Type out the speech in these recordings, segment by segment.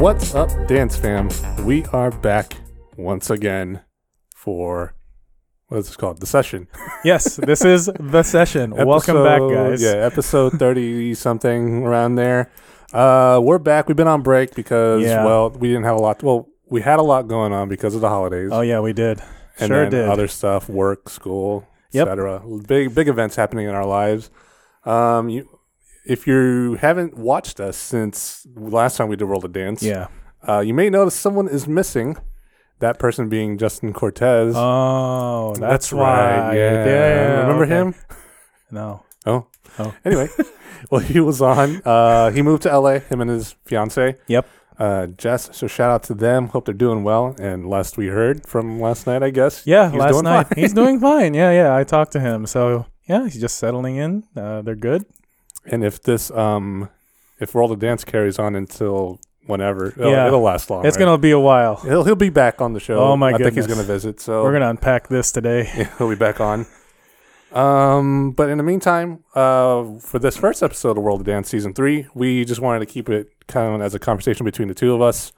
What's up, Dance Fam? We are back once again for what is this called? The session. Yes, this is the session. Welcome back, Episode- guys. Yeah, episode 30 something around there. Uh, we're back. We've been on break because, Yeah. well, we didn't have a lot. Well, we had a lot going on because of the holidays. Oh yeah, we did. and sure then did. other stuff, work, school, Yep. etc. Big big events happening in our lives. Um, you, if you haven't watched us since last time we did World of Dance, yeah. uh, you may notice someone is missing. That person being Justin Cortez. Oh, that's, right. Yeah. Remember okay. him? No. Oh. Oh. Anyway, well, he was on. Uh, he moved to LA. Him and his fiance, Yep. uh, Jess. So shout out to them. Hope they're doing well. And last we heard from last night, I guess. Yeah. he's last doing night fine. he's doing fine. Yeah, yeah. I talked to him. So yeah, he's just settling in. Uh, they're good. And if this, um, if World of Dance carries on until whenever, it'll, Yeah. it'll last long. it's right? gonna be a while. He'll he'll be back on the show. Oh, my I think he's goodness. gonna visit. So We're gonna unpack this today. yeah, he'll be back on. Um, but in the meantime, uh, for this first episode of World of Dance season three, we just wanted to keep it kind of as a conversation between the two of us.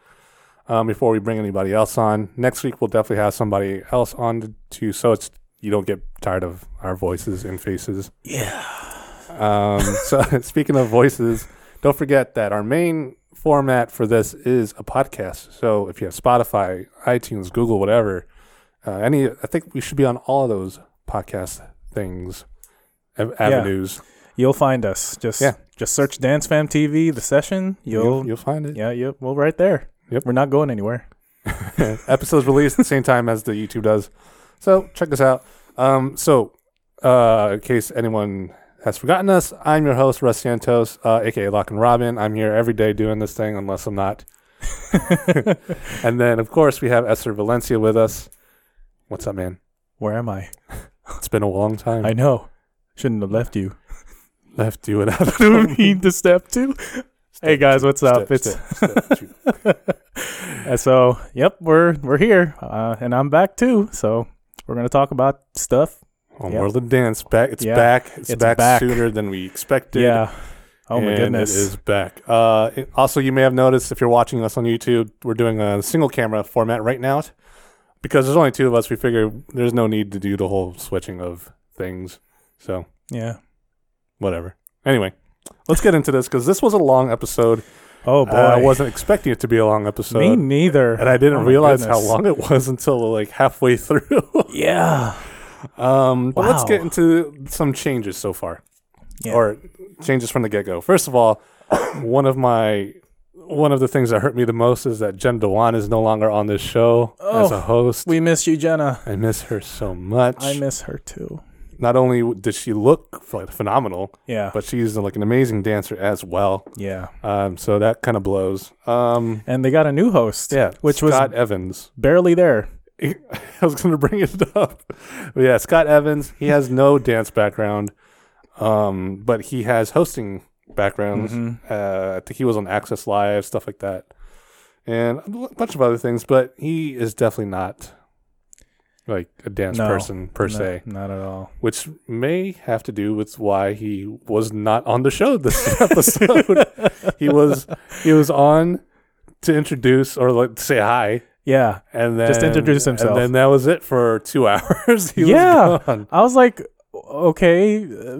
Um, before we bring anybody else on next week, we'll definitely have somebody else on to, to so it's you don't get tired of our voices and faces. Yeah. Um, so speaking of voices, don't forget that our main format for this is a podcast. So if you have Spotify, iTunes, Google, whatever, uh, any, I think we should be on all of those podcast things, av- avenues. You'll find us. Just Yeah. just search Dance Fam TV, the session. You'll, You'll, you'll find it. yeah, yep. Well, right there. Yep. We're not going anywhere. Episodes released at the same time as the YouTube does. So check us out. Um, so uh, in case anyone has forgotten us, I'm your host Russ Santos, uh, aka Lock and Robin. I'm here every day doing this thing, unless I'm not. and then, of course, we have Esther Valencia with us. What's up, man? Where am I? It's been a long time. I know. Shouldn't have left you. left you without. do we need to step two? Hey guys, what's up? it's uh, so yep, we're we're here, uh, and I'm back too. So we're gonna talk about stuff. on Yep. World of Dance. Back, it's Yeah. back. It's, It's back, back. sooner than we expected. yeah. Oh my and goodness. it is back. Uh, it- also, you may have noticed if you're watching us on YouTube, we're doing a single camera format right now because there's only two of us. We figure there's no need to do the whole switching of things. So Yeah. whatever. Anyway, let's get into this because this was a long episode. Uh, Oh boy. I wasn't expecting it to be a long episode, Me neither. and I didn't Oh my realize how goodness. long it was until like halfway through. Yeah. um, But let's Wow. get into some changes so far. Yeah. or changes from the get go. First of all, one of my one of the things that hurt me the most is that Jen Dewan is no longer on this show as a Oh, host. We miss you, Jenna. I miss her so much. I miss her too. Not only w- did she look like phenomenal, Yeah. but she's uh, like an amazing dancer as well. yeah. Um, so that kind of blows. Um, And they got a new host. yeah, Which was- Scott Evans. Barely there. I was going to bring it up. But yeah, Scott Evans. He has no dance background, um, but he has hosting backgrounds. Mm-hmm. Uh, I think he was on Access Live, stuff like that, and a l- bunch of other things. But he is definitely not like a dance No, person per No, se, Not at all. which may have to do with why he was not on the show this episode. he was he was on to introduce or like say hi Yeah. and then Just introduce himself. And then that was it for two hours. he Yeah. was gone. I was like, okay, uh,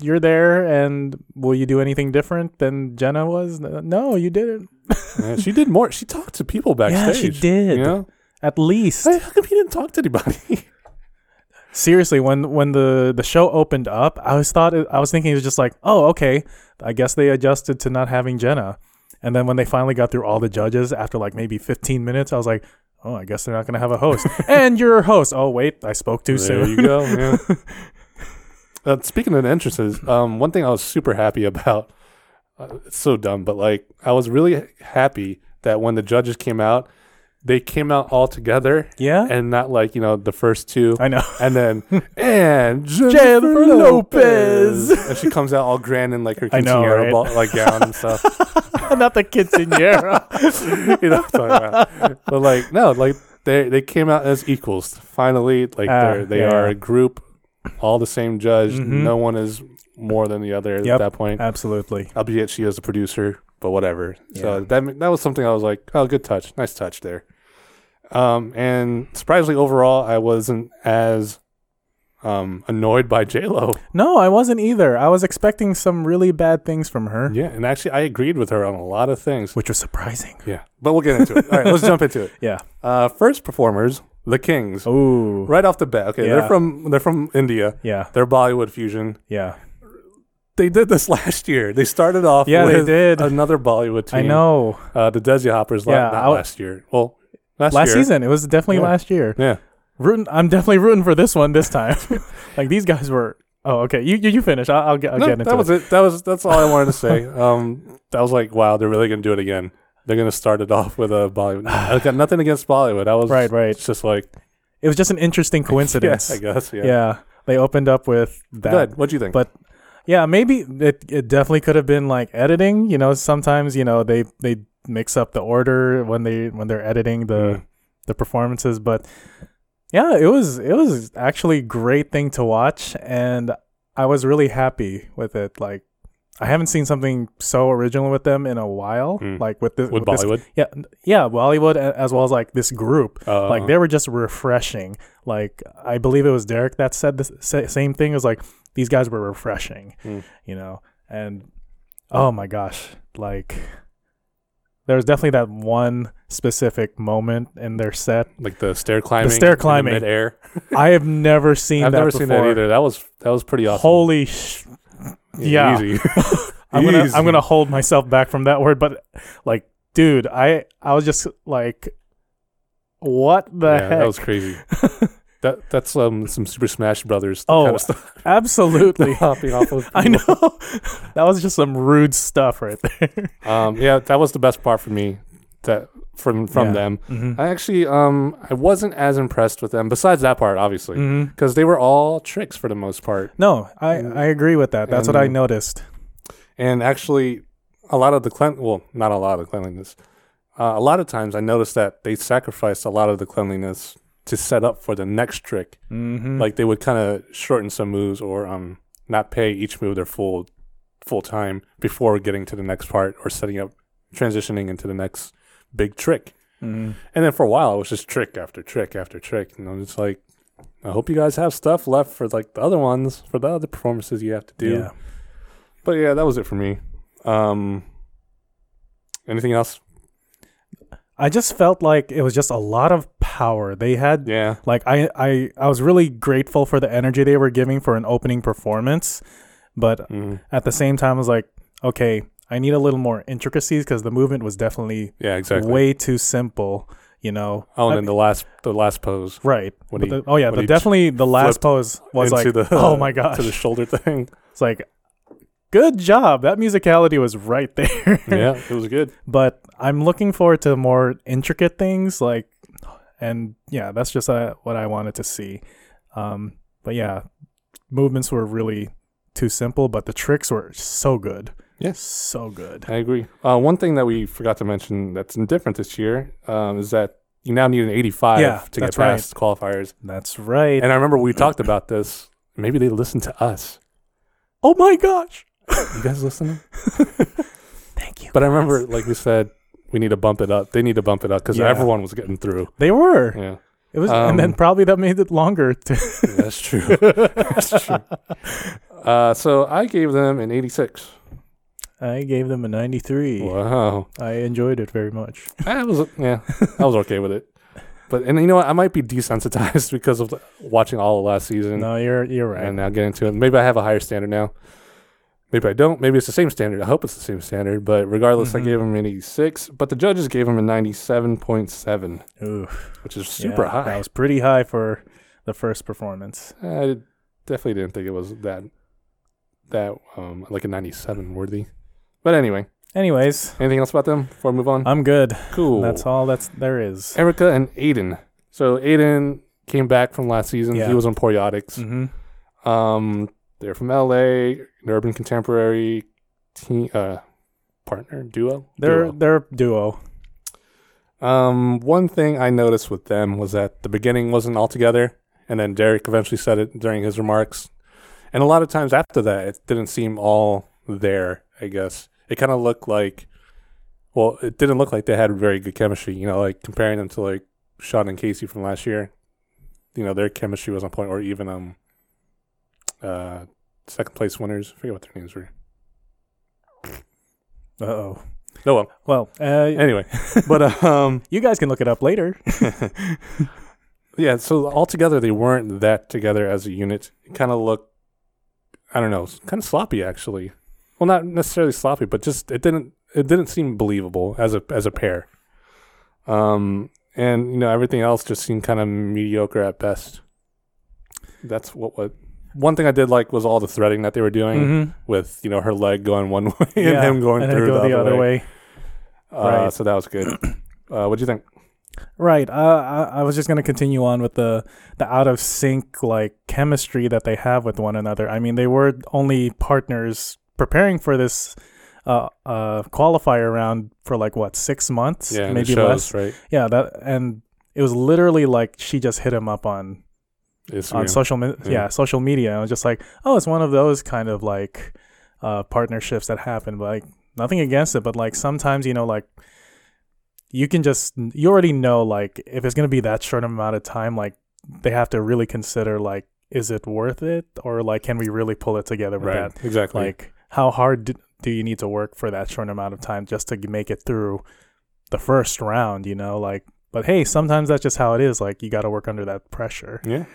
you're there, and will you do anything different than Jenna was? N- No, you didn't. Yeah, she did more. She talked to people Yeah, backstage. she did. You know, At least, Hey, how come he didn't talk to anybody? seriously, when when the the show opened up, I was thought it, I was thinking it was just like, oh, okay, I guess they adjusted to not having Jenna. And then when they finally got through all the judges after like maybe 15 minutes, I was like, oh, I guess they're not gonna have a host. and you're a host. Oh wait, I spoke too there soon. you go. Yeah. Uh, speaking of entrances, um, one thing I was super happy about. Uh, it's so dumb, but like I was really happy that when the judges came out, they came out all together. Yeah? and not like you know the first two. I know. And then and Jennifer, Jennifer Lopez. Lopez. and she comes out all grand in like her I know, quinceanera right? ball, like gown and stuff. not the quinceanera. you know what I'm talking about? But like no, like they they came out as equals finally. Like Ah, they're, they yeah, are yeah. a group, all the same judge. Mhm. No one is more than the other at Yep. Ah. that point. Absolutely. Albeit she is the producer, but whatever. So that that was something I was like, oh, good touch, nice touch there. Um, and surprisingly, overall, I wasn't as um, annoyed by J Lo. No, I wasn't either. I was expecting some really bad things from her, Yeah, and actually, I agreed with her on a lot of things. which was surprising. Yeah, but we'll get into it. All right, let's jump into it. Yeah. Uh, first performers, the Kings. Ooh. Right off the bat, okay, Oh. Yeah. they're from they're from India. Yeah. They're Bollywood fusion. Yeah. They did this last year. They started off. Yeah, they with did. another Bollywood team. I know. uh, the Desi Hoppers. Yeah, Yeah, not I w- last year. Well, last, Last year. season, it was definitely Yeah. last year. Yeah, Rooting, I'm definitely rooting for this one this time. like these guys were. Oh, okay. You you, you finish. I'll, I'll get I'll no, get into that was it. That was that's all I wanted to say. um, I was like, wow, they're really gonna do it again. They're gonna start it off with a Bollywood. I got nothing against Bollywood. I was Right, right. It's just like It was just an interesting coincidence. yes, I guess. Yeah, yeah. They opened up with that. good. What do you think? But yeah, maybe it, it definitely could have been like editing. You know, sometimes you know they they mix up the order when they when they're editing the Mm. the performances. But yeah, it was it was actually a great thing to watch, and I was really happy with it. Like I haven't seen something so original with them in a while. Mm. Like with this with with this- Bollywood, yeah, n- yeah, Bollywood a- as well as like this group uh, like they were just refreshing like i believe it was derek that said the sa- same thing it was like these guys were refreshing Mm. you know and oh my gosh like there was definitely that one specific moment in their set like the stair climbing, stair climbing. mid air. i have never seen I've that never before. seen that either. That was that was pretty awesome. E-, holy sh- yeah. easy. i'm gonna Easy. i'm gonna hold myself back from that word but like dude i i was just like what the yeah, heck that was crazy. that that's um some Super Smash Brothers. Oh, kind of stuff. absolutely hopping off of. I know. that was just some rude stuff right there. um, yeah, that was the best part for me. That from from Yeah. them. Mm-hmm. I actually um I wasn't as impressed with them. Besides that part, obviously, hmm because they were all tricks for the most part, No, I, I agree with that. That's what I And- noticed. and actually, a lot of the clean well, not a lot of cleanliness. Uh, a lot of times, I noticed that they sacrificed a lot of the cleanliness to set up for the next trick. Mm-hmm. Like they would kind of shorten some moves or um not pay each move their full full time before getting to the next part or setting up transitioning into the next big trick. Mm-hmm. And then for a while, it was just trick after trick after trick. And I'm just like, I hope you guys have stuff left for like the other ones, for the other performances you have to do. Yeah. But yeah, that was it for me. Um, anything else? I just felt like it was just a lot of power. They had Yeah. like I, I I was really grateful for the energy they were giving for an opening performance, but Mhm. at the same time I was like, okay, I need a little more intricacies because the movement was definitely Yeah, exactly. way too simple, you know. oh, and I- then the last the last pose right. when he But the- oh yeah, when the, he definitely the last flipped pose was like into the oh my gosh. to the shoulder thing. It's like, good job. That musicality was right there. yeah, it was good. But I'm looking forward to more intricate things, like, and yeah, that's just uh, what I wanted to see. Um, but yeah, movements were really too simple, but the tricks were so good. Yes. so good. I agree. Uh, one thing that we forgot to mention that's different this year um, is that you now need an 85 Yeah, to get that's right. past qualifiers. That's right. And I remember we talked about this. Maybe they listened to us. oh my gosh! You guys listening? Thank you. But I remember, like we said, we need to bump it up. They need to bump it up because Yeah. everyone was getting through. They were. Yeah, It was, Um, and then probably that made it longer. To, Yeah, that's true. that's true. Uh, so I gave them an 86. I gave them a 93. Wow, I enjoyed it very much. I was yeah, I was okay with it. But and you know what? I might be desensitized because of watching all of last season no, you're you're right. and now get into it. Maybe I have a higher standard now. Maybe I don't. Maybe it's the same standard. I hope it's the same standard. But regardless, Mhm. I gave him an 86. But the judges gave him a 97.7, Ooh. which is super Yeah, That high. was pretty high for the first performance. I did- definitely didn't think it was that that um like a 97 worthy. But anyway, Anyways, anything else about them before I move on? I'm good. cool. Uh, That's all that's there is. Erica and Aiden. So Aiden came back from last season. Yeah. He was on Poriotics. Mm-hmm. Um, they're from LA, an urban contemporary team, uh, partner duo. They're Duo. they're a duo. Um, one thing I noticed with them was that the beginning wasn't all together, and then Derek eventually said it during his remarks. And a lot of times after that, it didn't seem all there. I guess it kind of looked like well, it didn't look like they had very good chemistry. You know, like comparing them to like Sean and Casey from last year, you know, their chemistry was on point, or even um, uh, second place winners. I forget what their names were. Uh oh. No, well, Well, uh, anyway, but um, you guys can look it up later. yeah. So altogether, they weren't that together as a unit. It kind of looked, I don't know, kind of sloppy actually. Well, not necessarily sloppy, but just it didn't it didn't seem believable as a as a pair. Um, and you know everything else just seemed kind of mediocre at best. That's what what. One thing I did like was all the threading that they were doing Mhm. with you know her leg going one way and Yeah, him going and then through go the, other way. way. Uh, Right. So that was good. Uh, what do you think? Right. Uh, I, I was just going to continue on with the the out of sync like chemistry that they have with one another. I mean, they were only partners preparing for this uh, uh, qualifier round for like what six months, Yeah, and it maybe shows, less. right? Yeah, that and it was literally like she just hit him up on Instagram. on social me- Yeah. yeah. social media and I was just like oh it's one of those kind of like uh partnerships that happen but like nothing against it but like sometimes you know like you can just you already know like if it's going to be that short amount of time like they have to really consider like is it worth it or like can we really pull it together with right? that Exactly. like how hard d- do you need to work for that short amount of time just to g- make it through the first round you know like but hey sometimes that's just how it is like you got to work under that pressure Yeah.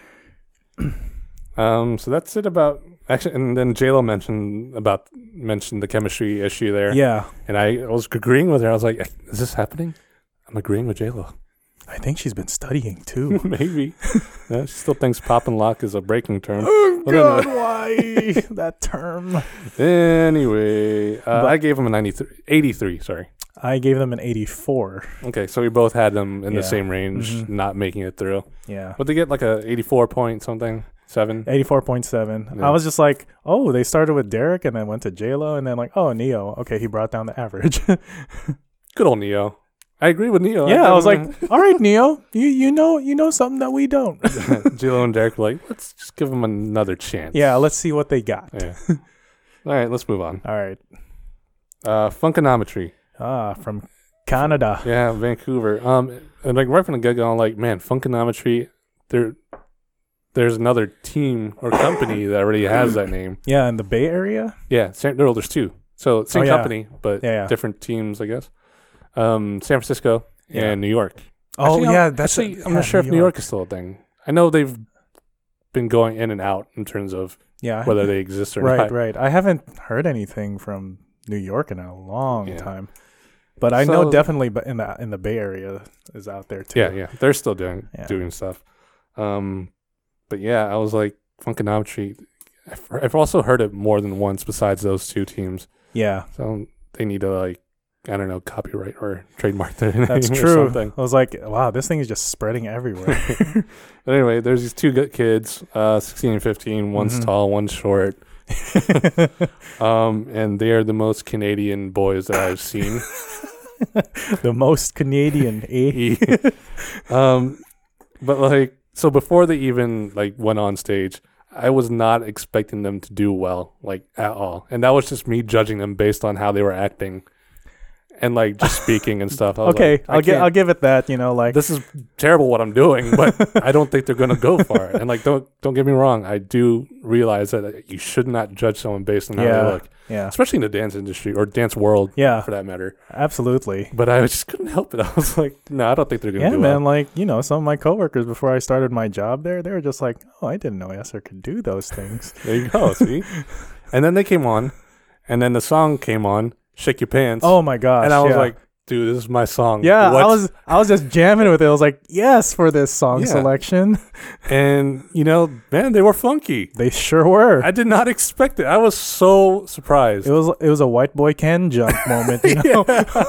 Um, so that's it about actually, and then JLo mentioned about mentioned the chemistry issue there. yeah And I was agreeing with her. I was like, "Is this happening?" I'm agreeing with JLo. I think she's been studying too. Maybe. yeah, she still thinks pop and lock is a breaking term. oh God, why that term? Anyway, uh, But- I gave him a 93, 83. Sorry. I gave them an 84. Okay, so we both had them in Yeah. the same range, Mhm. not making it through. Yeah. But they get like a 84 point something seven. Eh. 84.7. Yeah. I was just like, oh, they started with Derek and then went to JLo and then like, oh, Neo. Okay, he brought down the average. Good old Neo. I agree with Neo. yeah, I was definitely- like, all right, Neo, you you know you know something that we don't. Jill and Derek were like, let's just give them another chance. yeah, let's see what they got. Yeah. All right, let's move on. All right. Uh, Funkonometry. Ah, from Canada. Yeah, Vancouver. Um, and like right from the get go, I'm like, man, Funkonometry. There, there's another team or company that already has that name. Yeah, in the Bay Area. Yeah, San, no, there's two. So same Oh, yeah. company, but Yeah, yeah. different teams, I guess. Um, San Francisco Yeah. and New York. Oh Actually, no, yeah, that's actually. yeah, I'm not sure if New York is still a thing. I know they've been going in and out in terms of Yeah, whether they exist or right, not. right. I haven't heard anything from New York in a long Yeah. time, but I know So- definitely b- in the in the Bay Area is out there too. Yeah, yeah. They're still doing Yeah. doing stuff. Um, but yeah, I was like Funkonometry. I've, I've also heard it more than once besides those two teams. yeah, So they need to like I don't know copyright or trademark their name that's or true. something. I was like, wow, this thing is just spreading everywhere. But anyway, there's these two good kids, uh, 16 and 15. One's Mhm. tall, one's short. Um, and they are the most Canadian boys that I've seen. the most Canadian, eh? um, but like, so before they even like went on stage, I was not expecting them to do well, like at all, and that was just me judging them based on how they were acting, and like just speaking and stuff. I was Okay, like, I I'll give can't- I'll give it that. You know, like this is terrible what I'm doing, but I don't think they're gonna go far. And like, don't don't get me wrong, I do realize that you should not judge someone based on how Yeah. they look, yeah, especially in the dance industry or dance world, yeah, for that matter. absolutely. But I just couldn't help it. I was like, no, I don't think they're gonna Yeah, do well. man. Like you know, some of my coworkers before I started my job there, they were just like, "Oh, I didn't know Esser could do those things." There you go. See, and then they came on, and then the song came on, "Shake Your Pants." oh my gosh! and I was yeah. like, dude, this is my song. Yeah, I What's- was I was just jamming with it. I was like, yes, for this song Yeah. selection. And you know, man, they were funky. They sure were. I did not expect it. I was so surprised. it was it was a white boy can jump moment, you know? yeah.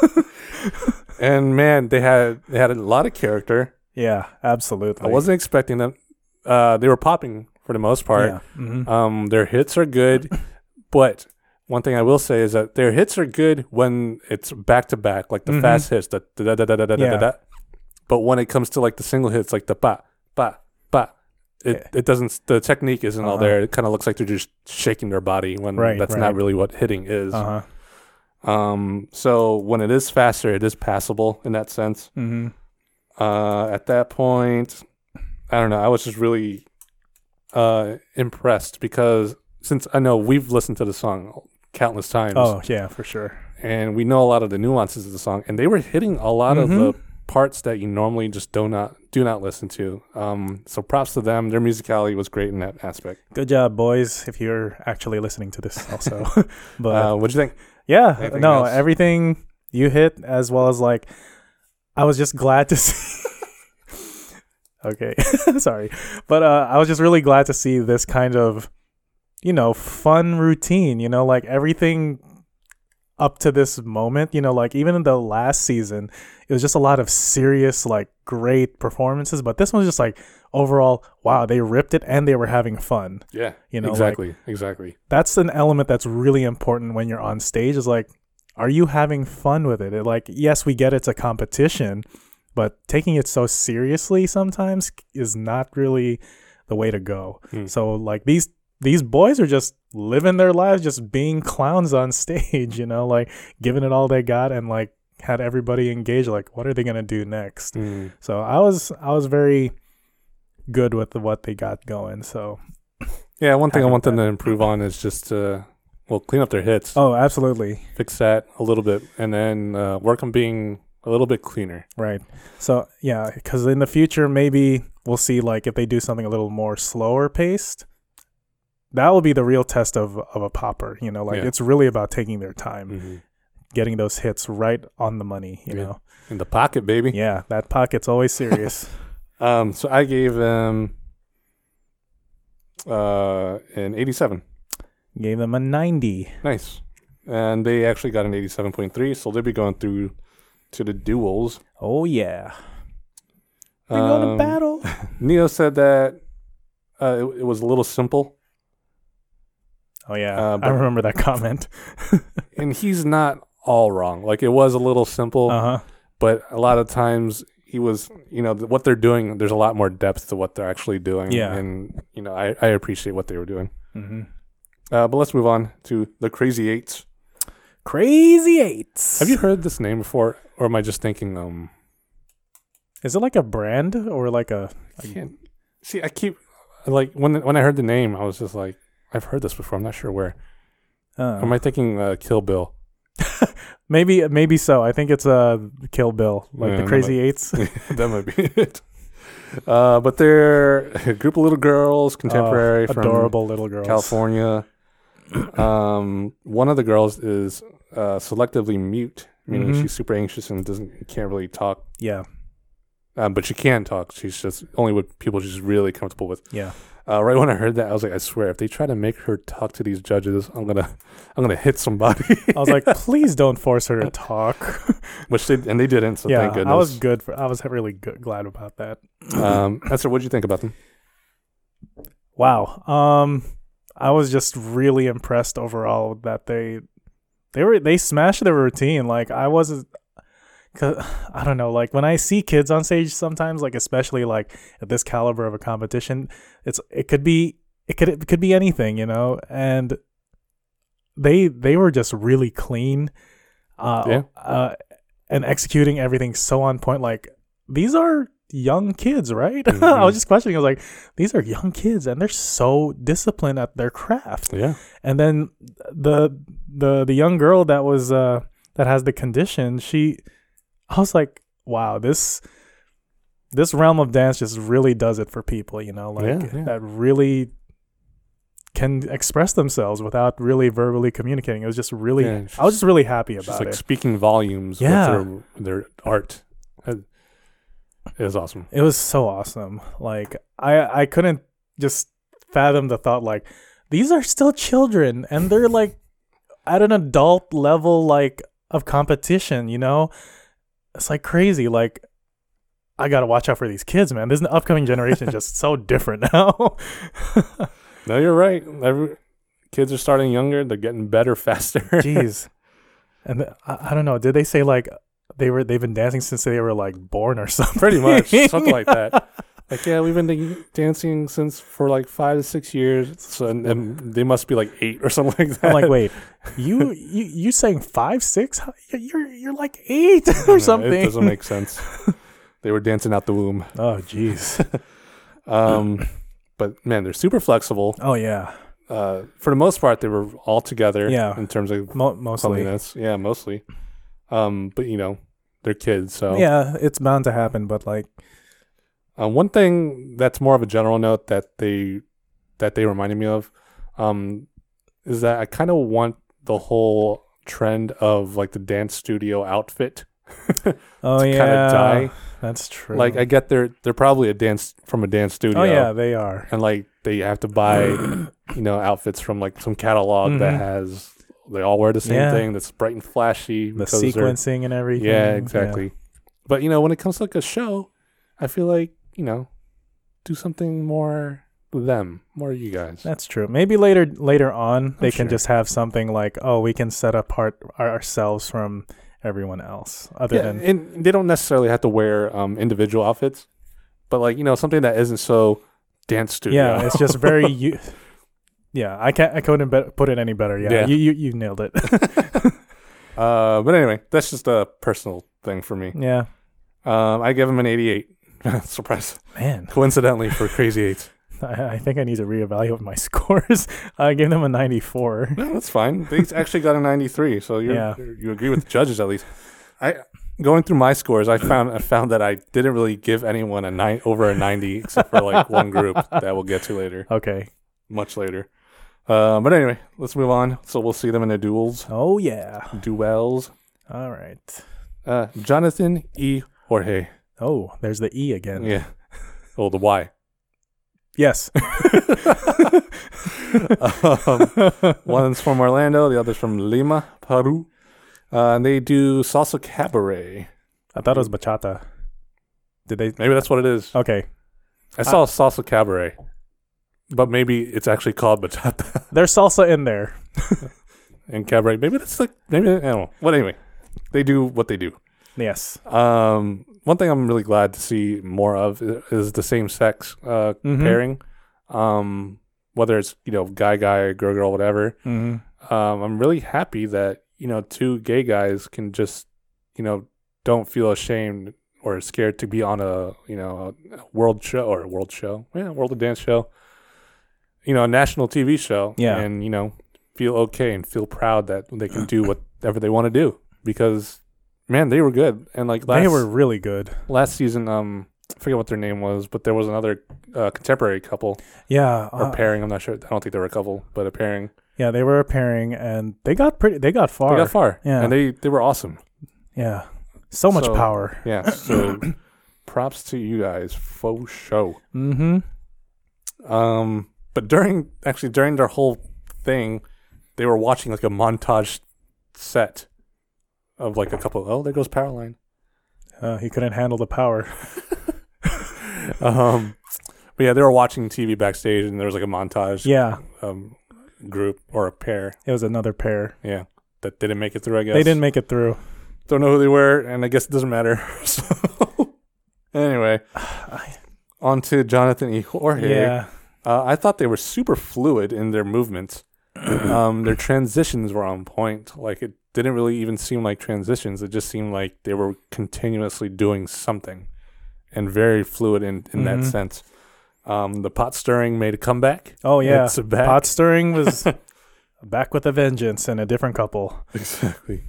and man, they had they had a lot of character. absolutely. I wasn't expecting them. Uh, they were popping for the most part. Yeah. mhm. Um, their hits are good, but one thing I will say is that their hits are good when it's back to back, like the Mhm. fast hits, the da da da da da da da Yeah. da. But when it comes to like the single hits, like the ba ba ba, it it doesn't. The technique isn't all Uh-huh. there. It kind of looks like they're just shaking their body when Right, that's right. not really what hitting is. Uh-huh. Um, so when it is faster, it is passable in that sense. Mm-hmm. Uh, at that point, I don't know. I was just really uh, impressed because since I know we've listened to the song countless times, Oh yeah, for sure. and we know a lot of the nuances of the song, and they were hitting a lot Mhm. of the parts that you normally just do not do not listen to. Um, so props to them. Their musicality was great in that aspect. Good job, boys. If you're actually listening to this, also. but Uh, what'd you think? yeah, anything no, else? everything you hit as well as like, I was just glad to see. okay, sorry, but uh, I was just really glad to see this kind of, you know, fun routine. You know, like everything up to this moment. You know, like even in the last season, it was just a lot of serious, like great performances. But this one's just like overall, wow, they ripped it and they were having fun. Yeah, You know, like- exactly, exactly. that's an element that's really important when you're on stage is like are you having fun with it? It, like yes we get it's a competition but taking it so seriously sometimes is not really the way to go Hmm. so like these these boys are just living their lives just being clowns on stage you know like giving it all they got and like had everybody engaged like what are they going to do next Mm. so i was i was very good with what they got going so Yeah, one thing I Happy want them with to improve on is just to well clean up their hits, oh absolutely fix that a little bit, and then uh, work on being a little bit cleaner. Right. So yeah, because in the future maybe we'll see like if they do something a little more slower paced. That will be the real test of of a popper. You know, like Yeah. it's really about taking their time, Mm-hmm. getting those hits right on the money. You Yeah. know. In the pocket, baby. Yeah, that pocket's always serious. Um, so I gave them uh, an 87. Gave them a ninety. Nice. And they actually got an 87.3, so they'll be going through to the duels. Oh yeah, we're going Um, to battle. Neo said that uh, it, it was a little simple, Oh yeah, uh, I but- remember that comment. and he's not all wrong. Like, it was a little simple, Uh huh. but a lot of times he was, you know, th- what they're doing, there's a lot more depth to what they're actually doing. Yeah. And, you know, I, I appreciate what they were doing. hmm Uh, but let's move on to the Crazy Eights. Crazy eights. Have you heard this name before, or am I just thinking? Um, Is it like a brand or like a? I can't see. I keep like when when I heard the name, I was just like, I've heard this before. I'm not sure where. Uh, Am I thinking uh, Kill Bill? Maybe maybe so. I think it's uh Kill Bill, like Yeah, the no, Crazy Eights. that might be it. Uh, but they're a group of little girls, contemporary, Oh, from adorable little girls. California. um, one of the girls is uh, selectively mute, meaning Mhm. she's super anxious and doesn't can't really talk. Yeah, Um, but she can talk. She's just only with people she's really comfortable with. yeah. Uh, right when I heard that, I was like, I swear, if they try to make her talk to these judges, I'm gonna, I'm gonna hit somebody. I was like, please don't force her to talk. Which they and they didn't. So yeah, thank goodness. I was good for. I was really good, glad about that. um, Esther, what would you think about them? Wow. Um, I was just really impressed overall that they they were they smashed their routine. Like I wasn't. Cause, I don't know. Like when I see kids on stage, sometimes, like especially like at this caliber of a competition, it's it could be it could it could be anything, you know. And they they were just really clean, uh, Yeah. uh, and executing everything so on point. Like these are young kids, right? I Mm-hmm. was just questioning. I was like, these are young kids, and they're so disciplined at their craft. Yeah, And then the the the young girl that was uh that has the condition, she, I was like, wow, this this realm of dance just really does it for people, you know, like Yeah, yeah. that really can express themselves without really verbally communicating. It was just really, Yeah, she's- I was just really happy she's about like it. speaking volumes. Yeah. with their, their art. Uh, It was awesome. It was so awesome. Like I I couldn't just fathom the thought like these are still children and they're like at an adult level like of competition, you know? It's like crazy like I got to watch out for these kids, man. This upcoming generation is just so different now. No, you're right. Every, kids are starting younger. They're getting better faster. Jeez. And th- I, I don't know, did they say like they were they've been dancing since they were like born or something? Pretty much something like that. Like, yeah, we've been da- dancing since for like five to six years, so, and, and they must be like eight or something like that. I'm like, wait, you you you saying five six? How- You're you're like eight I or don't know, It doesn't something. make sense. they were dancing out the womb. Oh jeez. Um, but man, they're super flexible. Oh yeah. Uh, for the most part, they were all together. Yeah. In terms of Mo- mostly. cleanliness, yeah, mostly. Um, but you know, they're kids, so Yeah, it's bound to happen, but like, Uh, one thing that's more of a general note that they that they reminded me of um, is that I kind of want the whole trend of like the dance studio outfit oh to yeah, kind of die. that's true. Like I get they're they're probably a dance from a dance studio. oh yeah, they are. And like they have to buy you know outfits from like some catalog that Mhm. has they all wear the same Yeah. thing that's bright and flashy. The because they're- sequencing and everything. Yeah, exactly. But you know, when it comes to like a show, I feel like you know, do something more them, more you guys. That's true. Maybe later later on they can sure. just have something like, oh, we can set apart our- ourselves from everyone else other Yeah, than and they don't necessarily have to wear um, individual outfits, but like you know, something that isn't so dance studio. Yeah, it's just very you Yeah, I can't I couldn't be- put it any better. Yeah. Yeah. You, you you nailed it. uh, but anyway, that's just a personal thing for me. yeah. Um, I give him an 88. Surprise! Man, Coincidentally, for Crazy Eight. I, I think I need to reevaluate my scores. I gave them a 94. No, that's fine. They actually got a 93, so you Yeah. you agree with the judges at least. I going through my scores, I found I found that I didn't really give anyone a nine over a 90 except for like one group that we'll get to later, Okay. much later. Uh, but anyway, let's move on. So we'll see them in the duels, Oh yeah. duels. All right. Uh, Jonathan E. Jorge. Oh, there's the E again. Yeah. Oh, the Y. Yes. um, one's from Orlando, the other's from Lima, Peru. Uh, and they do salsa cabaret. I thought it was bachata. Did they Maybe that's what it is. Okay. I saw salsa cabaret, but maybe it's actually called bachata There's salsa in there. and cabaret. Maybe that's like maybe I don't know. But anyway, they do what they do. Yes. Um, one thing I'm really glad to see more of i- is the same sex uh, Mhm. pairing, um, whether it's you know guy guy girl girl whatever. Mm-hmm. Um, I'm really happy that you know two gay guys can just you know don't feel ashamed or scared to be on a you know a world show or a world show yeah world of dance show you know a national TV show Yeah. and you know feel okay and feel proud that they can do whatever they want to do because man they were good and like last They were really good. last season um I forget what their name was but there was another uh, contemporary couple Yeah. or uh, pairing I'm not sure I don't think they were a couple but a pairing yeah, they were a pairing and they got pretty they got far. they got far Yeah. and they they were awesome Yeah. So much So- power. Yeah. So props to you guys for show. Mm-hmm. Um, but during actually during their whole thing, they were watching like a montage set of like a couple. Oh, there goes Powerline. Uh, he couldn't handle the power. Um, but yeah, they were watching TV backstage, and there was like a montage Yeah. um, group or a pair. It was another pair. Yeah. That didn't make it through, I guess. They didn't make it through. Don't know who they were, and I guess it doesn't matter. so, anyway, on to Jonathan E. Jorge. Yeah. Uh, I thought they were super fluid in their movements. um, their transitions were on point. Like it didn't really even seem like transitions. It just seemed like they were continuously doing something, and very fluid in in that Mhm. sense. Um, the pot stirring made a comeback. Oh yeah. It's back. Pot stirring was back with a vengeance and a different couple. exactly.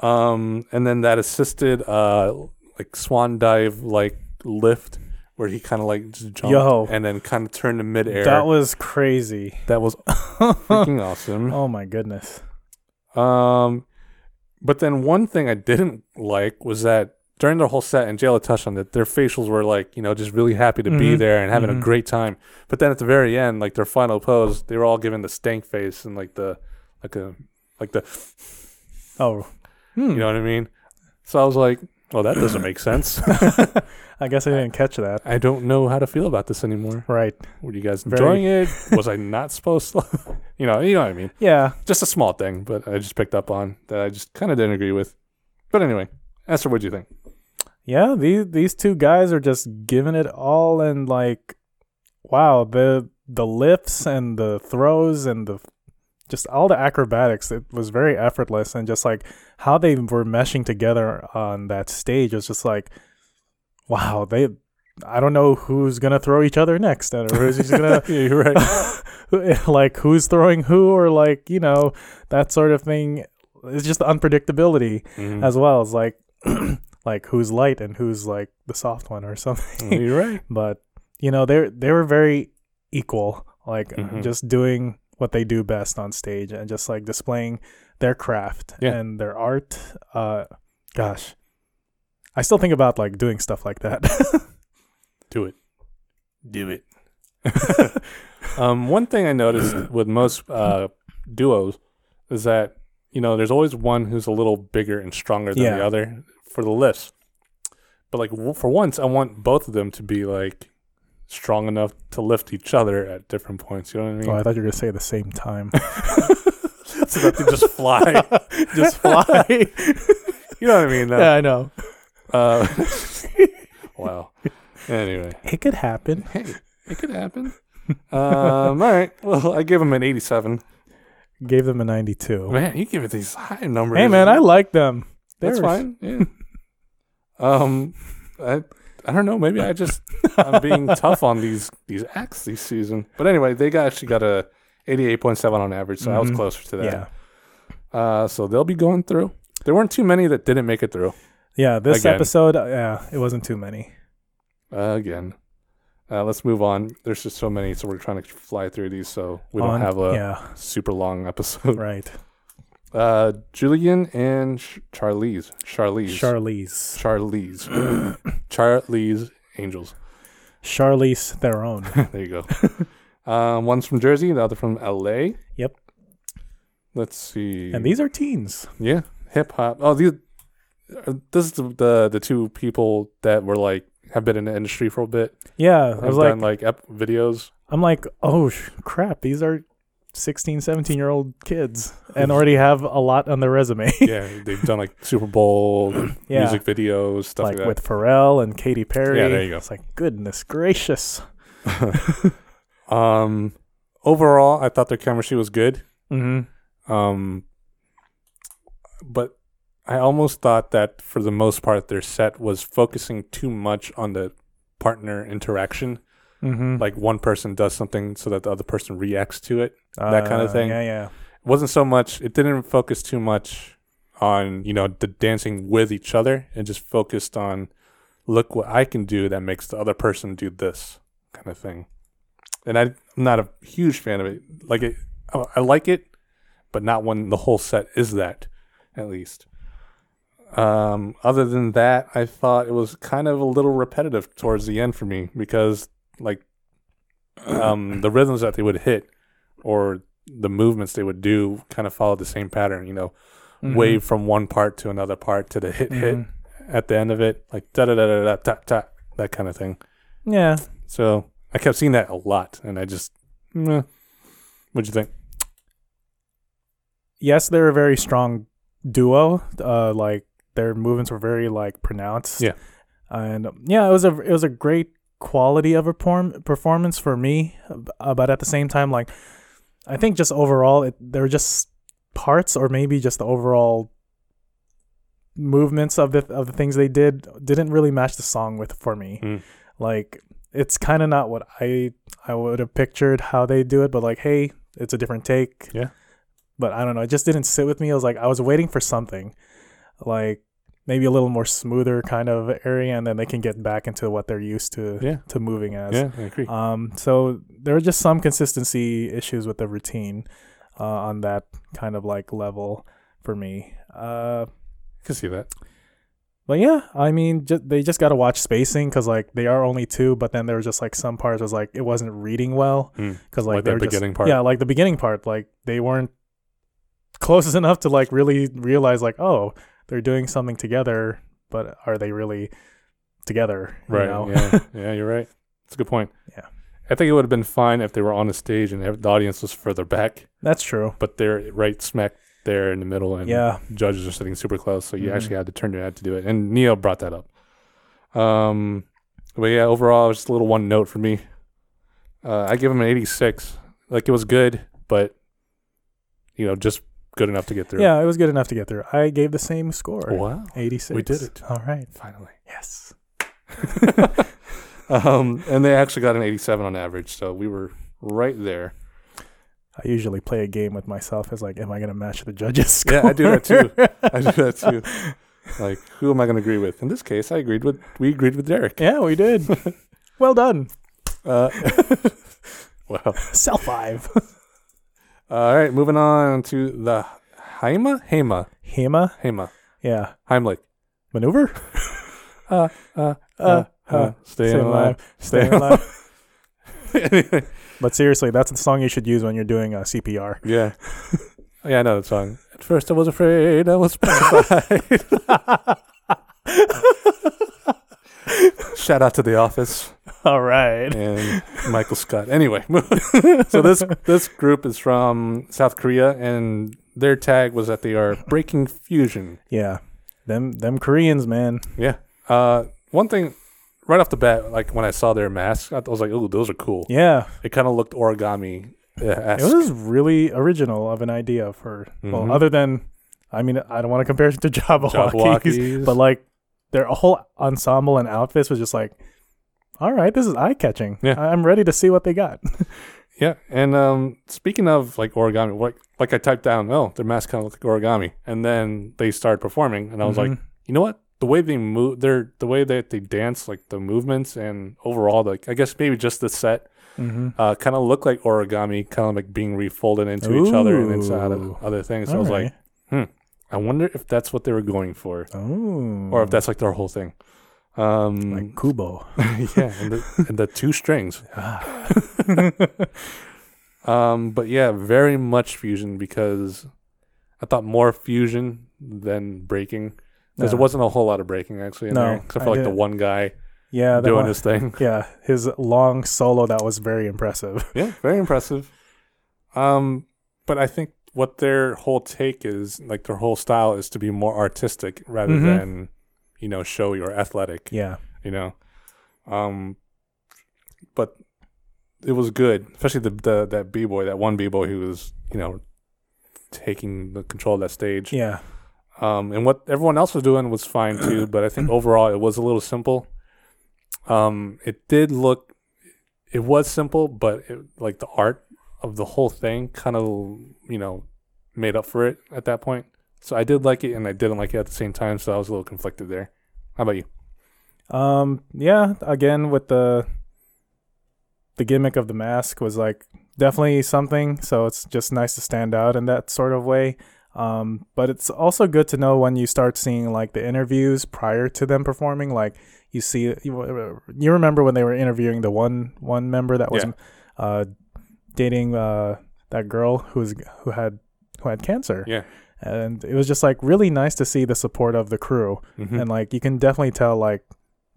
Um, and then that assisted uh like swan dive like lift where he kind of like just jumped Yo. and then kind of turned to midair. That was crazy. that was freaking awesome. Oh my goodness. Um, but then one thing I didn't like was that during their whole set, and Jayla touched on that, their facials were like, you know, just really happy to be Mhm. there and having a Mhm. great time. But then at the very end, like their final pose, they were all given the stank face and like the, like a, like the, Oh. you know what I mean? So I was like, well, that doesn't make sense. I guess I didn't catch that. I don't know how to feel about this anymore. Right. Were you guys Very- enjoying it? Was I not supposed to? you know, you know what I mean? Yeah. just a small thing, but I just picked up on that I just kind of didn't agree with. But anyway, Esther, what'd you think? yeah, these these two guys are just giving it all, and like, wow, the the lifts and the throws and the just all the acrobatics. It was very effortless, and just like how they were meshing together on that stage was just like, wow, they. I don't know who's gonna throw each other next, or who's gonna yeah, you're right. like who's throwing who, or like you know that sort of thing. It's just the unpredictability Mhm. as well as like like who's light and who's like the soft one or something. you're right. but you know they they were very equal, like Mhm. just doing what they do best on stage and just like displaying their craft Yeah. and their art. Uh, gosh, I still think about like doing stuff like that. Do it. Do it. um, one thing I noticed with most uh, duos is that, you know, there's always one who's a little bigger and stronger than Yeah. the other for the lifts. But, like, w- for once, I want both of them to be, like, strong enough to lift each other at different points. You know what I mean? oh, I thought you were gonna say at the same time, so that they just fly. just fly. you know what I mean? though? yeah, I know Uh, wow. Anyway. it could happen. Hey, it could happen. um, all right. Well, I give him an 87. Gave them a ninety-two. Man, you give it these high numbers. Hey man, I like them. that's They're- fine. Yeah. um, I I don't know. Maybe I just I'm being tough on these these acts this season. But anyway, they got actually got a 88.7 on average, so I was Mhm. closer to Yeah. that. Uh, so they'll be going through. There weren't too many that didn't make it through. Yeah, this Again. episode, uh, yeah, it wasn't too many. Uh, again. Uh, let's move on. There's just so many, so we're trying to fly through these, so we don't On- have a yeah, super long episode. right. Uh, Julian and Sh- Charlize. Charlize. Charlize, Charlie's. Charlie's Angels. Charlize Theron. There you go. um, one's from Jersey, the other from LA. Yep. Let's see. and these are teens. Yeah. Hip hop. Oh, these. uh, This is the, the the two people that were like have been in the industry for a bit. Yeah, I Have was like, done like ep- videos. I'm like, oh sh- crap, these are 16, 17 year old kids, and already have a lot on their resume. yeah, they've done like Super Bowl yeah, music videos, stuff like, like that. with Pharrell and Katy Perry. Yeah, there you go. It's like goodness gracious. um, overall, I thought their chemistry was good. Mm-hmm. Um, but I almost thought that for the most part, their set was focusing too much on the partner interaction. Mm-hmm. Like one person does something so that the other person reacts to it. that kind of thing. Uh, Yeah, yeah. It wasn't so much, it didn't focus too much on, you know, the dancing with each other. It just focused on, look what I can do that makes the other person do this kind of thing. And I, am not a huge fan of it. Like it, I, I like it, but not when the whole set is that, at least. Um, other than that, I thought it was kind of a little repetitive towards the end for me because, like, um, the rhythms that they would hit or the movements they would do kind of followed the same pattern. You know, Mhm. wave from one part to another part to the hit hit Mhm. at the end of it, like da da da da da da da that kind of thing. Yeah, So I kept seeing that a lot, and I just, meh. what'd you think? yes, they're a very strong duo. Uh, like their movements were very like pronounced. Yeah. and um, yeah, it was a it was a great quality of a perform- performance for me. Uh, but at the same time, like I think just overall, it, there were just parts, or maybe just the overall movements of the of the things they did didn't really match the song with for me. Mm. Like it's kind of not what I I would have pictured how they do it, but like hey, it's a different take. Yeah. But I don't know, it just didn't sit with me. I was like I was waiting for something like maybe a little more smoother kind of area and then they can get back into what they're used to Yeah. to moving as. Yeah, I agree. Um, so there were just some consistency issues with the routine uh, on that kind of like level for me. Uh, I can see that. but yeah, I mean, ju- they just got to watch spacing because like they are only two, but then there was just like some parts was like it wasn't reading well Mm. because like, Like they that were just- beginning part? yeah, like the beginning part, like they weren't close enough to like really realize like oh they're doing something together, but are they really together? you Right. know? Yeah. yeah, you're right. It's a good point. Yeah. I think it would have been fine if they were on a stage and the audience was further back, that's true. but they're right smack there in the middle, and Yeah, judges are sitting super close, so you Mhm. actually had to turn your head to do it. And Neo brought that up. Um, but yeah, overall, it was just a little one note for me. Uh, I give him an 86. Like it was good, but you know, just good enough to get through. Yeah, it was good enough to get through. I gave the same score. Wow. 86. We did it. All right. Finally. Yes. Um, and they actually got an 87 on average, so we were right there. I usually play a game with myself as like, am I going to match the judges? Score? Yeah, I do that too. I do that too. Like, who am I going to agree with? In this case, I agreed with we agreed with Derek. yeah, we did. well done. Uh, wow. Cell five. All right, moving on to the Heima, Hema, Hema. Hema, Yeah. Heimlich. Maneuver. Uh, uh, Uh, uh, staying staying alive, Staying alive. But seriously, that's the song you should use when you're doing uh, CPR. yeah, yeah, I know that song. At first, I was afraid. I was petrified. Shout out to The Office. All right. and Michael Scott. Anyway, so this this group is from South Korea, and their tag was that they are breaking fusion. Yeah. Them them Koreans, man. Yeah. Uh, one thing right off the bat, like when I saw their masks, I was like, "Oh, those are cool." Yeah. It kind of looked origami. It was really original of an idea for Mhm. well, other than I mean, I don't want to compare it to Jabberwockies, Jabberwockies. but like their whole ensemble and outfits was just like, all right, this is eye catching. Yeah. I'm ready to see what they got. yeah. And um, speaking of like origami, like like I typed down, "Oh, their masks kind of look like origami," and then they started performing, and I was like, Mhm. you know what? The way they move, their the way that they dance, like the movements and overall, like I guess maybe just the set, Mhm. uh, kind of look like origami, kind of like being refolded into each other and inside Ooh. of other things. So I All was right. like, I wonder if that's what they were going for, oh, or if that's like their whole thing. Um, like Kubo. yeah, and the, and the two strings. Ah. Um, but yeah, very much fusion because I thought more fusion than breaking because Yeah. there wasn't a whole lot of breaking actually. In No, there, except I for like the didn't. one guy yeah, that doing one- his thing. yeah, his long solo that was very impressive. Yeah, very impressive. Um, but I think what their whole take is, like their whole style, is to be more artistic rather Mhm. than, you know, showy or athletic. Yeah, You know, um, but it was good, especially the, the that b boy, that one b boy who was, you know, taking the control of that stage. yeah, Um, and what everyone else was doing was fine too, but I think overall it was a little simple. Um, it did look, it was simple, but it, like the art of the whole thing kind of, you know, made up for it at that point. So I did like it and I didn't like it at the same time. So I was a little conflicted there. How about you? um, yeah. Again, with the the gimmick of the mask was like definitely something. So it's just nice to stand out in that sort of way. Um, but it's also good to know when you start seeing like the interviews prior to them performing. Like you see, you, you remember when they were interviewing the one one member that was Yeah. uh, dating uh, that girl who was who had who had cancer. Yeah. and it was just like really nice to see the support of the crew. Mhm. and like you can definitely tell like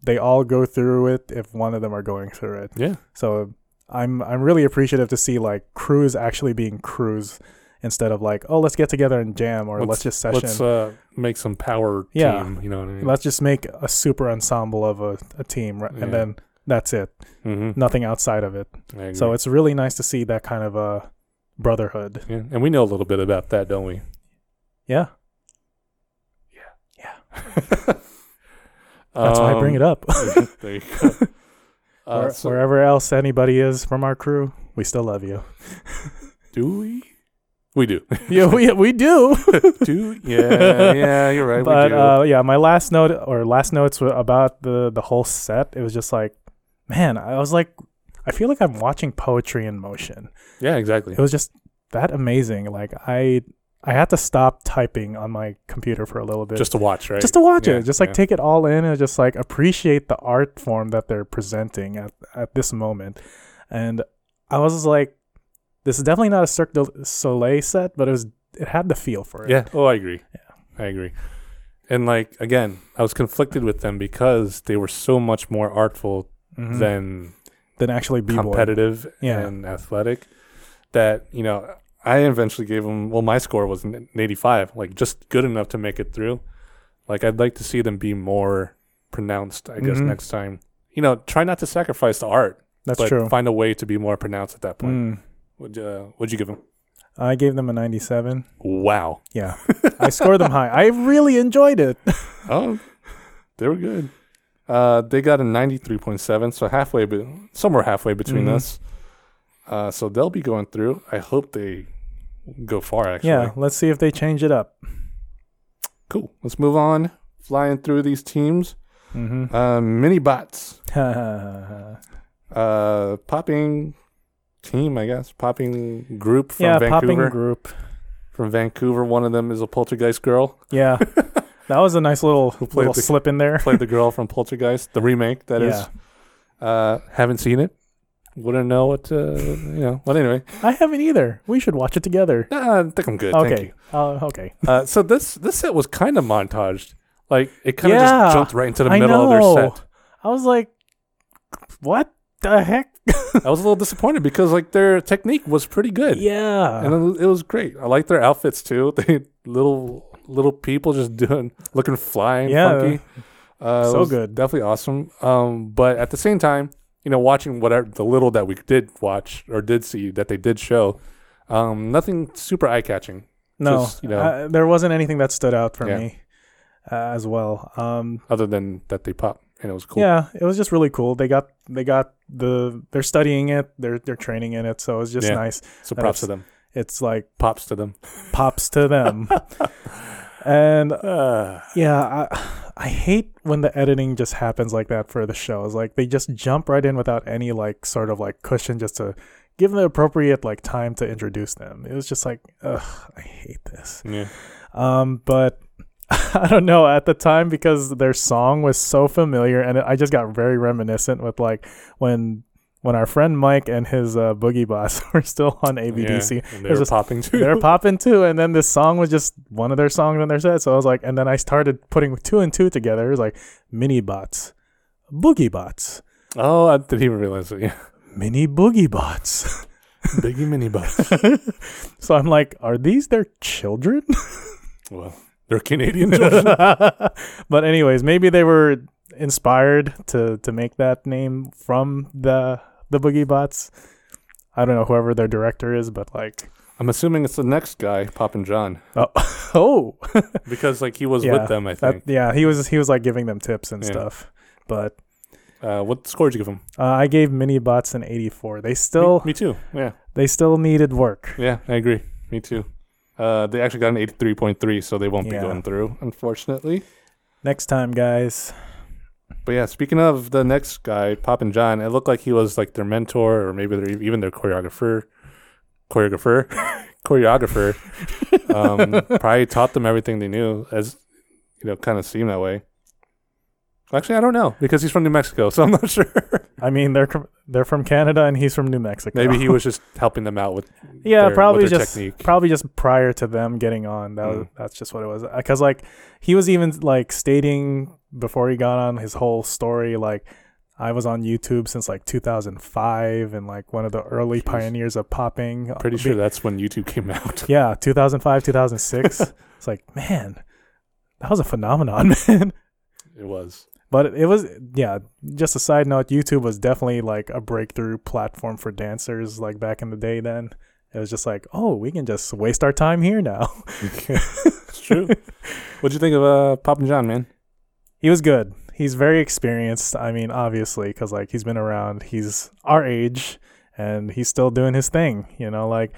they all go through it if one of them are going through it Yeah. so i'm i'm really appreciative to see like crews actually being crews instead of like oh let's get together and jam or let's, just session Let's uh, make some power Yeah. team. You know what I mean? Let's just make a super ensemble of a, a team right? Yeah. and then that's it mm-hmm. nothing outside of it so it's really nice to see that kind of uh brotherhood yeah. and we know a little bit about that, don't we? yeah that's why i bring it up there you go. Um, Uh, Where- so- wherever else anybody is from our crew we still love you Do we? We do. yeah we, we do do yeah, yeah, you're right. we but do. uh, yeah, my last note or last notes were about the the whole set. It was just like, man, I was like, I feel like I'm watching poetry in motion. yeah, exactly. It was just that amazing. Like I I had to stop typing on my computer for a little bit Just to watch, right? just to watch Yeah, it, just like yeah. take it all in and just like appreciate the art form that they're presenting at, at this moment. And I was just like, this is definitely not a Cirque du Soleil set, but it was it had the feel for it. yeah. Oh, I agree. Yeah, I agree. And like again, I was conflicted with them because they were so much more artful Mhm. than Then actually be boy. competitive Yeah. and athletic. That you know, I eventually gave them. Well, my score was an 85, like just good enough to make it through. Like I'd like to see them be more pronounced, I guess, Mhm. next time. You know, try not to sacrifice the art, That's but true. find a way to be more pronounced at that point. Mm. Would uh, would you give him? I gave them a 97. Wow. Yeah. I scored them high. I really enjoyed it. Oh, they were good. Uh, they got a 93.7, so halfway, be- somewhere halfway between Mhm. us. Uh, so they'll be going through. I hope they go far, actually. Yeah. Let's see if they change it up. Cool. Let's move on. Flying through these teams. Mm-hmm. Uh, mini bots. yeah. Uh, popping team, I guess. Popping group from Vancouver. Popping group. from Vancouver. One of them is a poltergeist girl. Yeah. that was a nice little, played little the- slip in there. Played the girl from Poltergeist, the remake, that is. yeah. Uh, haven't seen it. Wouldn't know what to, you know. But anyway, I haven't either. We should watch it together. uh, I think I'm good. Thank you. Okay. Uh, okay. Uh, so this this set was kind of montaged. Like it kind of Yeah, just jumped right into the I middle of their know. set. I was like, what the heck? I was a little disappointed because like their technique was pretty good. yeah. And it was, it was great. I like their outfits too. They little little people just doing looking flying Yeah. funky. Uh, it So was good. Definitely awesome. Um, but at the same time, you know, watching whatever the little that we did watch or did see that they did show, um, nothing super eye catching. no, just, you know- uh, there wasn't anything that stood out for Yeah. me uh, as well. Um, other than that they pop and it was cool. Yeah, it was just really cool. They got they got the they're studying it, they're they're training in it, so it's just Yeah. nice. So That props is- to them. It's like Pops to them. pops to them. and Uh, yeah, I I hate when the editing just happens like that for the shows. Like they just jump right in without any like sort of like cushion just to give them the appropriate like time to introduce them. It was just like ugh, I hate this. yeah. Um, but I don't know at the time because their song was so familiar, and I just got very reminiscent with like when when our friend Mike and his uh, Boogie Boss were still on ABDC. Yeah. And they There's were a- popping too. They're popping too, and then this song was just one of their songs on their set. So I was like, and then I started putting two and two together. It was like mini bots, boogie bots, oh, I didn't even realize it. Yeah. mini boogie bots. Biggie mini bots. so I'm like, are these their children? well, they're Canadian. children. but anyways, maybe they were inspired to to make that name from the the Boogie Bots. I don't know whoever their director is, but like, I'm assuming it's the next guy, Poppin' John, oh, oh, because like he was Yeah, with them. I that, think. yeah, he was he was like giving them tips and Yeah. stuff. But uh, what score did you give him? uh, I gave Mini Bots an 84. They still me, me too. Yeah, they still needed work. yeah, I agree. Me too. Uh, they actually got an 83.3, so they won't be Yeah. going through, unfortunately. Next time, guys. But yeah, speaking of the next guy, Poppin' John, it looked like he was like their mentor or maybe their, even their choreographer, choreographer, choreographer. um, probably taught them everything they knew, as you know, kind of seemed that way. Actually, I don't know because he's from New Mexico, so I'm not sure. I mean, they're com- they're from Canada and he's from New Mexico. maybe he was just helping them out with yeah their- with probably their just technique. probably just prior to them getting on that was, Mm. that's just what it was because like he was even like stating before he got on his whole story like i was on youtube since like 2005 and like one of the early pioneers of popping Uh, pretty Be- sure that's when YouTube came out. yeah 2005 2006 it's like man that was a phenomenon man It was. but it was yeah just a side note youtube was definitely like a breakthrough platform for dancers like back in the day then it was just like oh we can just waste our time here now It's true. What'd you think of uh, Poppin' John, man? he was good he's very experienced i mean obviously because like he's been around he's our age and he's still doing his thing you know like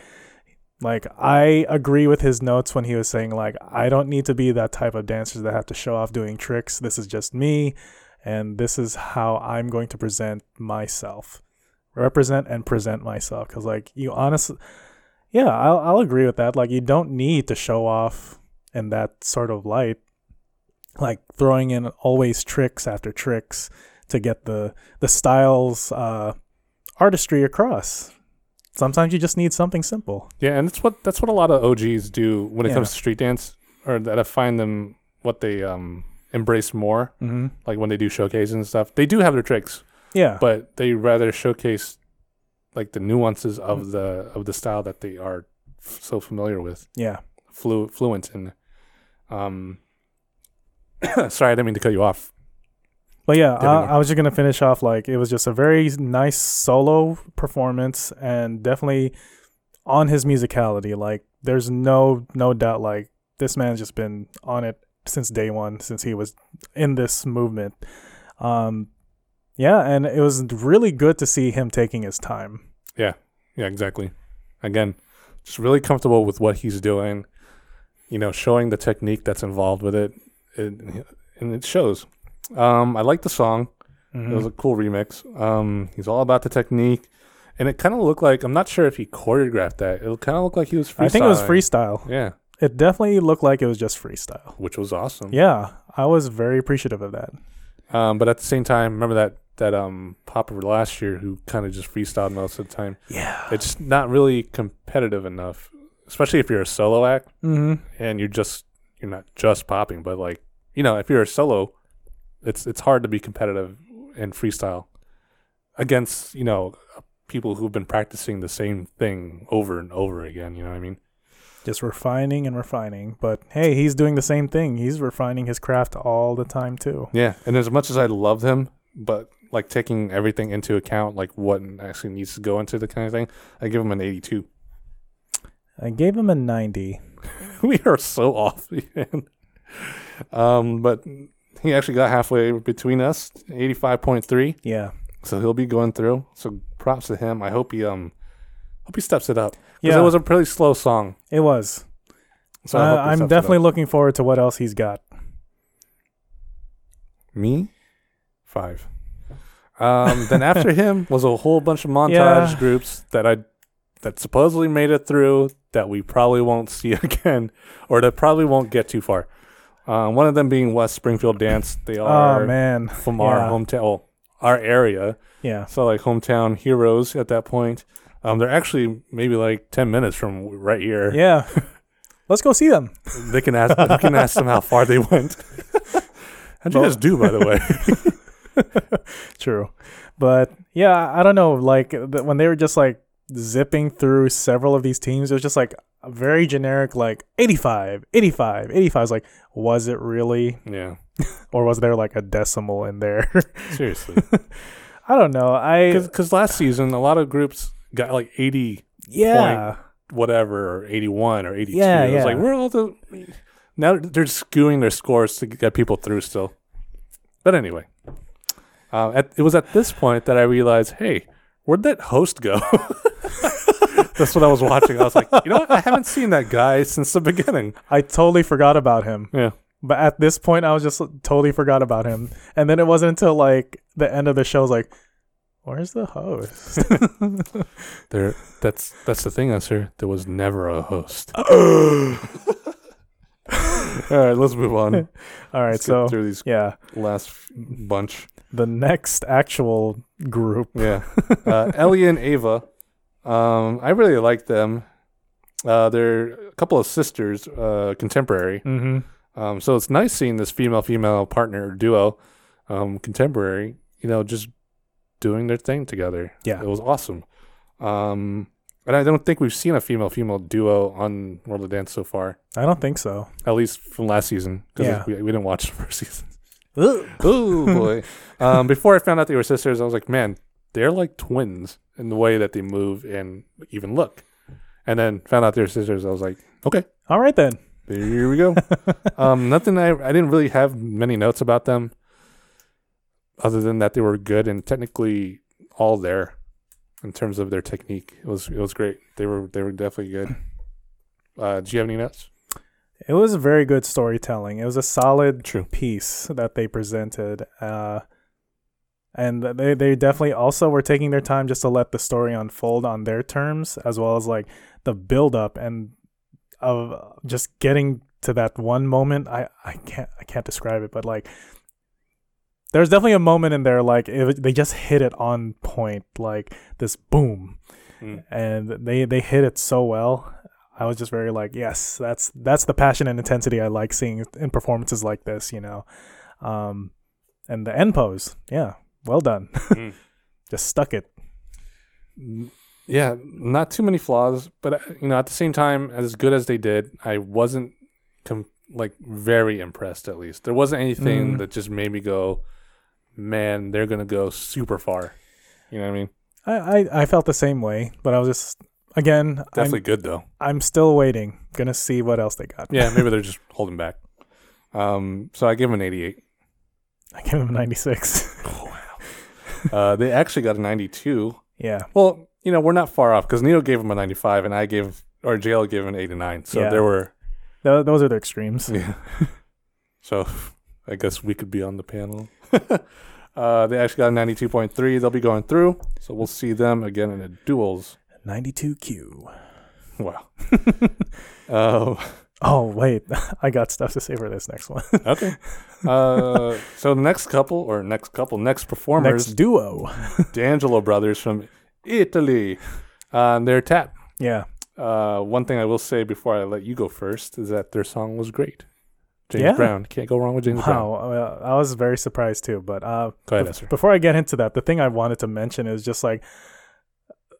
like i agree with his notes when he was saying like i don't need to be that type of dancer that have to show off doing tricks this is just me and this is how i'm going to present myself represent and present myself because like you honestly yeah I'll, I'll agree with that like you don't need to show off in that sort of light like throwing in always tricks after tricks to get the the styles uh artistry across sometimes you just need something simple Yeah, and that's what that's what a lot of OGs do when it Yeah. comes to street dance, or that I find them what they um, embrace more. mm-hmm. Like when they do showcases and stuff, they do have their tricks, yeah but they rather showcase like the nuances of the of the style that they are f- so familiar with, yeah flu- fluent in. Um, sorry, I didn't mean to cut you off. But yeah, I, Definitely. I was just gonna finish off like it was just a very nice solo performance and definitely on his musicality. Like there's no no doubt like this man's just been on it since day one, since he was in this movement. Um yeah, and it was really good to see him taking his time. Yeah, exactly. Again, just really comfortable with what he's doing. You know, showing the technique that's involved with it, it and it shows. Um, I like the song. Mm-hmm. It was a cool remix. Um, he's all about the technique, and it kind of looked like I'm not sure if he choreographed that. It kind of looked like he was freestyling. I think it was freestyle. Yeah, It definitely looked like it was just freestyle. which was awesome. Yeah, I was very appreciative of that. Um, but at the same time, remember that that um popper last year who kind of just freestyled most of the time. Yeah. It's not really competitive enough, especially if you're a solo act. hmm and you're just you're not just popping, but like you know, if you're a solo, it's it's hard to be competitive in freestyle against you know people who've been practicing the same thing over and over again. You know what I mean? just refining and refining. But hey, he's doing the same thing. He's refining his craft all the time too. Yeah. And as much as I love him, but like taking everything into account, like what actually needs to go into the kind of thing, I give him an 82. I gave him a 90. we are so off, man. Um, but he actually got halfway between us, 85.3. Yeah. So he'll be going through. So props to him. I hope he um hope he steps it up. Yeah, Yeah. it was a pretty slow song. It was. So Uh, I hope he steps it I'm up. definitely looking forward to what else he's got. me five. Um, then after him was a whole bunch of montage Yeah. groups that I that supposedly made it through that we probably won't see again or that probably won't get too far. Um, one of them being West Springfield Dance. They are Oh man. from our Yeah. hometown, well, our area. Yeah. So like hometown heroes at that point. Um, they're actually maybe like ten minutes from right here. Yeah. Let's go see them. They can ask. we can ask them how far they went. How'd you Well- guys do, by the way? True. But yeah, I don't know. Like th- when they were just like zipping through several of these teams, it was just like a very generic, like 85, 85, 85. It's like, was it really? yeah, Or was there like a decimal in there? seriously. I don't know. I Because last season, a lot of groups got like eighty yeah, whatever or eighty one or eighty two. Yeah, It was yeah. like we're all the now they're skewing their scores to get people through still. But anyway, uh, at, it was at this point that I realized, hey, where'd that host go? That's what I was watching. I was like, you know what? I haven't seen that guy since the beginning. I totally forgot about him. Yeah. But at this point, I was just totally forgot about him. And then it wasn't until like the end of the show, I was like, "Where's the host?" There, that's that's the thing, sir. There was never a host. All right, let's move on. All All right, so through these yeah, last bunch. the next actual group. Yeah, uh, Ellie and Ava. Um, I really like them. Uh, they're a couple of sisters, uh, contemporary. Mm-hmm. Um, so it's nice seeing this female female partner duo, um, contemporary. You know, just doing their thing together. Yeah. it was awesome. Um, and I don't think we've seen a female female duo on World of Dance so far, I don't think so. at least from last season because Yeah. we, we didn't watch the first season. Ugh. Oh boy! um, before I found out they were sisters, I was like, man, they're like twins in the way that they move and even look. And then found out they were sisters. I was like, okay, All right then. there we go. um, nothing. I I didn't really have many notes about them, other than that they were good and technically all there, in terms of their technique. It was it was great. They were they were definitely good. Uh, do you have any notes? It was very good storytelling. It was a solid True. piece that they presented. Uh, and they, they definitely also were taking their time just to let the story unfold on their terms, as well as like the build up and of just getting to that one moment. I, I can't I can't describe it, but like there's definitely a moment in there like it, they just hit it on point, like this boom, Mm. and they they hit it so well. I was just very like, yes, that's that's the passion and intensity I like seeing in performances like this, you know. Um, and the end pose, yeah, well done. Mm. just stuck it. N- yeah, not too many flaws, but uh, you know, at the same time, as good as they did, I wasn't com- like very impressed. At least there wasn't anything Mm. that just made me go, man, they're gonna go super far. You know what I mean? I, I, I felt the same way, but I was just again I'm, Definitely good though. I'm still waiting. Gonna see what else they got. Yeah, maybe they're just holding back. Um, so I give them an 88. I give him ninety six. Uh, they actually got a 92. yeah. Well, you know, we're not far off because Neo gave him a 95, and I gave or JL gave him an 89. So Yeah. there were. Tho- those are the extremes. Yeah. so I guess we could be on the panel. uh, they actually got a 92.3. They'll be going through, so we'll see them again in the duels. Ninety two Q. Wow. uh, Oh wait, I got stuff to say for this next one. okay. Uh, so the next couple, or next couple, next next performers, duo. D'Angelo brothers from Italy on their tap. Yeah. Uh, one thing I will say before I let you go first is that their song was great. James Yeah. Brown can't go wrong with James Brown. Wow. Uh, I was very surprised too. But uh, Go ahead, bef- Esther. before I get into that, the thing I wanted to mention is just like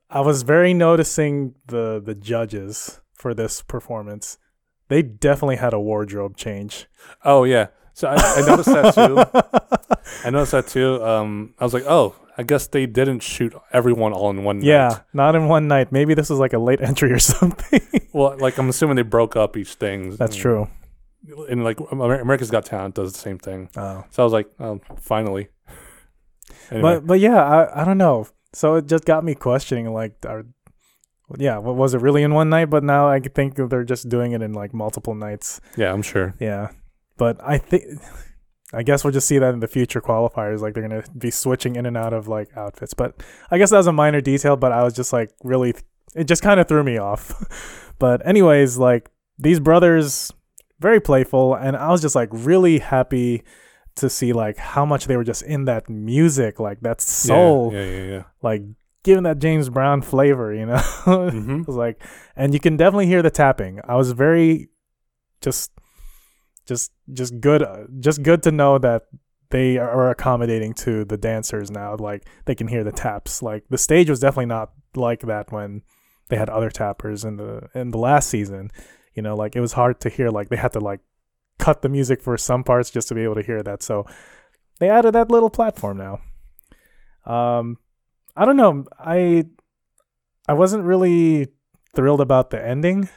I was very noticing the the judges for this performance. They definitely had a wardrobe change. Oh yeah, so I, I noticed that too. I noticed that too. Um, I was like, oh, I guess they didn't shoot everyone all in one. Yeah, night. not in one night. Maybe this was like a late entry or something. Well, like I'm assuming they broke up each thing. That's true. true. And like Amer- America's Got Talent does the same thing. Oh. So I was like, oh, finally. Anyway, But but yeah, I I don't know. So it just got me questioning like are yeah, what was it really in one night? But now I think that they're just doing it in like multiple nights. yeah, I'm sure. Yeah. But I think I guess we'll just see that in the future qualifiers like they're going to be switching in and out of like outfits. But I guess that was a minor detail, but I was just like really it just kind of threw me off. but anyways, like these brothers very playful and I was just like really happy to see like how much they were just in that music, like that Yeah, soul, Yeah, yeah, yeah. like giving that James Brown flavor, you know. Mhm. It was like, and you can definitely hear the tapping. I was very, just, just, just good, uh, just good to know that they are accommodating to the dancers now. Like they can hear the taps. Like the stage was definitely not like that when they had other tappers in the in the last season. You know, like it was hard to hear. Like they had to like cut the music for some parts just to be able to hear that. So they added that little platform now. Um, I don't know. I I wasn't really thrilled about the ending.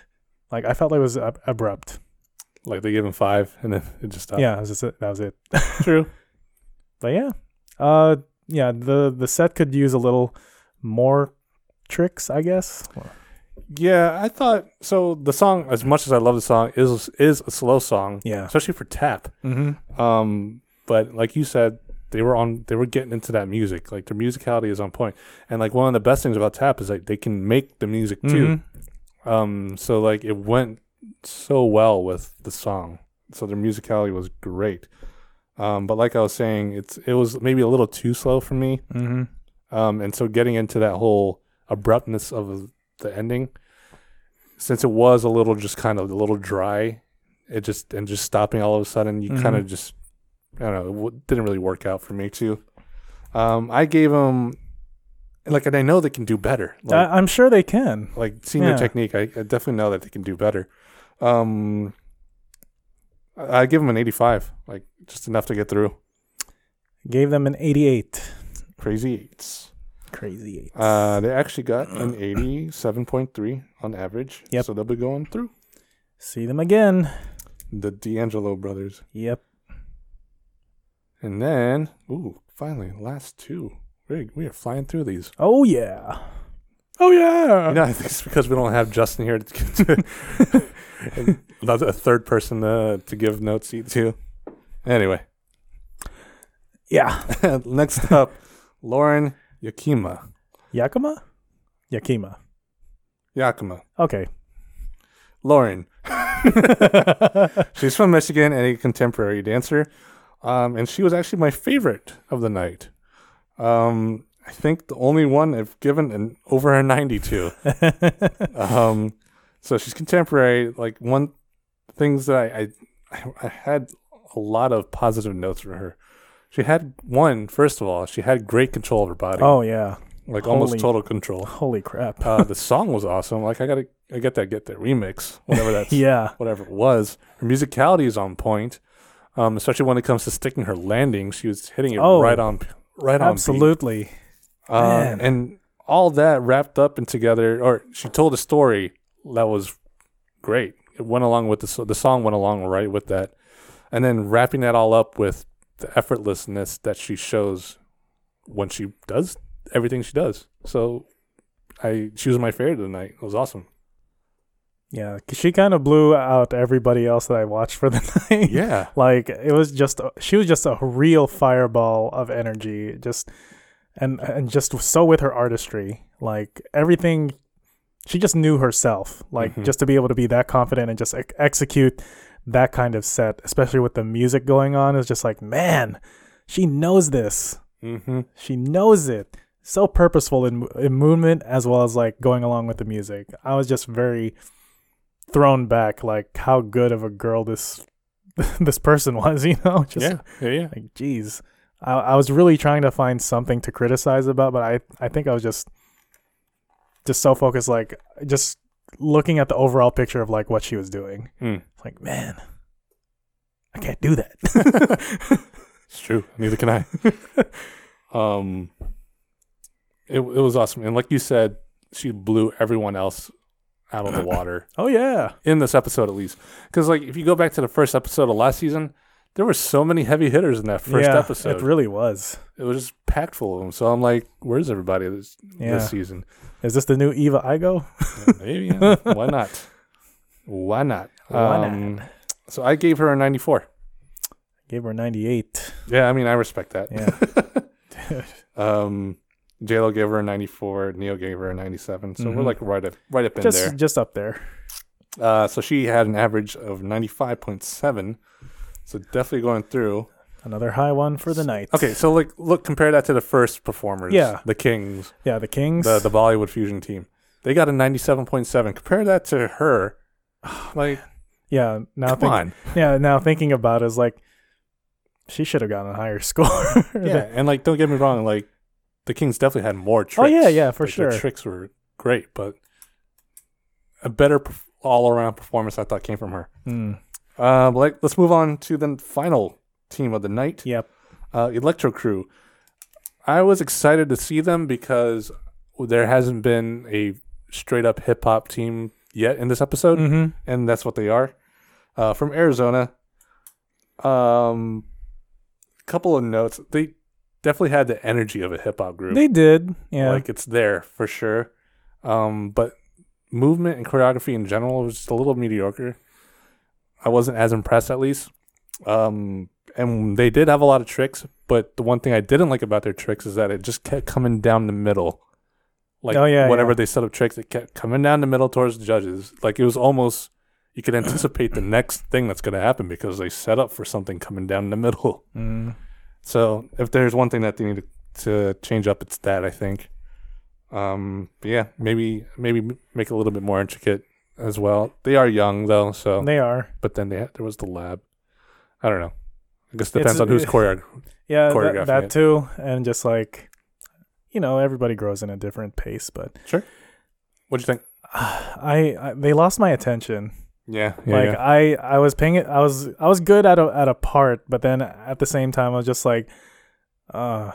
Like I felt like it was ab- abrupt. Like they give him five, and then it just stopped. Yeah, that was, just it. that was it. Oh. true. But yeah, uh, yeah, the the set could use a little more tricks, I guess. Yeah, I thought so. The song, as much as I love the song, is is a slow song, Yeah. especially for tap. Mm-hmm. Um, but like you said, they were on. They were getting into that music. Like their musicality is on point. And like one of the best things about tap is like they can make the music too. Um, so like it went so well with the song. So their musicality was great. Um, but like I was saying, it's it was maybe a little too slow for me. Mm-hmm. Um, and so getting into that whole abruptness of the ending, since it was a little just kind of a little dry, it just and just stopping all of a sudden, you Mhm. kind of just I don't know, it w- didn't really work out for me too. Um, I gave them like, and I know they can do better. Like, I, I'm sure they can. like seeing their Uh, yeah. technique, I, I definitely know that they can do better. Um, I I give them an eighty-five, like just enough to get through. Gave them an 88. Crazy eights. Crazy eight. Uh, they actually got an 87.3 on average. Yep. So they'll be going through See them again. the D'Angelo brothers. Yep. And then, ooh, finally, last two. We, we are flying through these. Oh yeah. Oh, yeah. You know, I think it's because we don't have Justin here to, to another a third person to, to give notes to. Anyway, Yeah. next up, Lauren Yakima. Yakima. Yakima. Yakima. Okay. Lauren. She's from Michigan and a contemporary dancer. Um, and she was actually my favorite of the night. Um, I think the only one I've given an over a 92. um, so she's contemporary. Like one things that I, I I had a lot of positive notes from her. She had one, first of all, she had great control of her body. Oh yeah. like holy- almost total control. Holy crap. Uh, the song was awesome. Like I gotta I get that get that remix, whatever that's yeah. whatever it was. Her musicality is on point. um, especially when it comes to sticking her landing. She was hitting it Oh. right on, right on. beat. Absolutely. Uh, Man. and all that wrapped up and together, or she told a story that was great. It went along with the so- the song went along right with that, and then wrapping that all up with the effortlessness that she shows when she does everything she does. So, I she was my favorite of the night. It was awesome. Yeah, 'cause she kind of blew out everybody else that I watched for the night. Yeah, like it was just a, she was just a real fireball of energy, just and and just so with her artistry, like everything. She just knew herself, like Mhm. just to be able to be that confident and just ex- execute that kind of set, especially with the music going on. It's just like, man, she knows this. mm-hmm. She knows it. So purposeful in, in movement as well as like going along with the music. I was just very thrown back, like how good of a girl this this person was. You know, just yeah, yeah, yeah. like geez, I, I was really trying to find something to criticize about, but I I think I was just just so focused, like just looking at the overall picture of like what she was doing. Mm. It's like man, I can't do that. It's true. Neither can I. um, it it was awesome, and like you said, she blew everyone else out of the water oh yeah, in this episode, at least. Because like, if you go back to the first episode of last season, there were so many heavy hitters in that first Yeah, episode. It really was. it was just packed full of them. So I'm like, where's everybody this Yeah. this season? Is this the new Eva Igo? Maybe yeah, why not? Why not? Why not? So I gave her a 94. Gave her 98. Yeah, I mean, I respect that. Yeah. Um, JLo gave her a 94. Neo gave her a 97. So we're Mhm. like right up, right up in just there. just up there. Uh, so she had an average of 95.7. So definitely going through. Another high one for the night. Okay, so like, look, compare that to the first performers. Yeah. the Kings, Yeah, the Kings. the the Bollywood fusion team. They got a 97.7. Compare that to her. Like, yeah, now come think, on. yeah, now thinking about it is like she should have gotten a higher score. Yeah, and like, don't get me wrong. Like, the Kings definitely had more tricks. Oh, yeah, yeah, for Like, their sure. tricks were great, but a better perf- all around performance I thought came from her. Mm, Uh, like, let's move on to the final team of the night, yep. uh, Electro Crew. I was excited to see them because there hasn't been a straight up hip hop team yet in this episode, Mm-hmm. and that's what they are uh, from Arizona. Um, couple of notes. They definitely had the energy of a hip hop group. They did. Yeah. Like it's there for sure. Um, but movement and choreography in general was just a little mediocre. I wasn't as impressed at least. Um, and they did have a lot of tricks, but the one thing I didn't like about their tricks is that it just kept coming down the middle. Like Oh, yeah, whenever yeah. they set up tricks, it kept coming down the middle towards the judges. Like it was almost you could anticipate the next thing that's going to happen because they set up for something coming down the middle. Mm. So if there's one thing that they need to, to change up, it's that I think. Um, but yeah, maybe maybe m- make it a little bit more intricate as well. They are young though, so They are. but then they had, there was the lab. I don't know. I guess it depends on who's it- choreographed. Yeah, Choreographing that, that it. too. And just like, you know, everybody grows in a different pace, but What do you think? I, I they lost my attention. Yeah, like I, I was paying it. I was, I was good at a at a part, but then at the same time, I was just like, uh,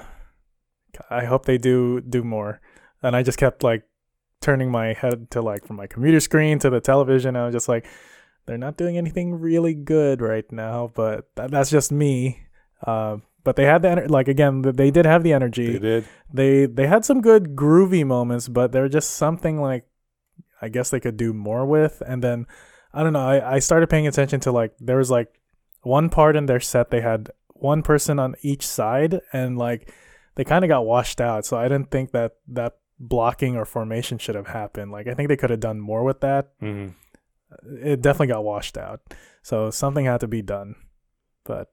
I hope they do do more. And I just kept like turning my head to like from my computer screen to the television. I was just like, they're not doing anything really good right now. But that, that's just me. Uh, but they had the ener- like again, th- they did have the energy they did. they they had some good groovy moments, but they're just something like I guess they could do more with. And then I don't know, I, I started paying attention to like there was like one part in their set they had one person on each side and like they kind of got washed out. So I didn't think that that blocking or formation should have happened. Like I think they could have done more with that. Mhm. It definitely got washed out. So something had to be done. But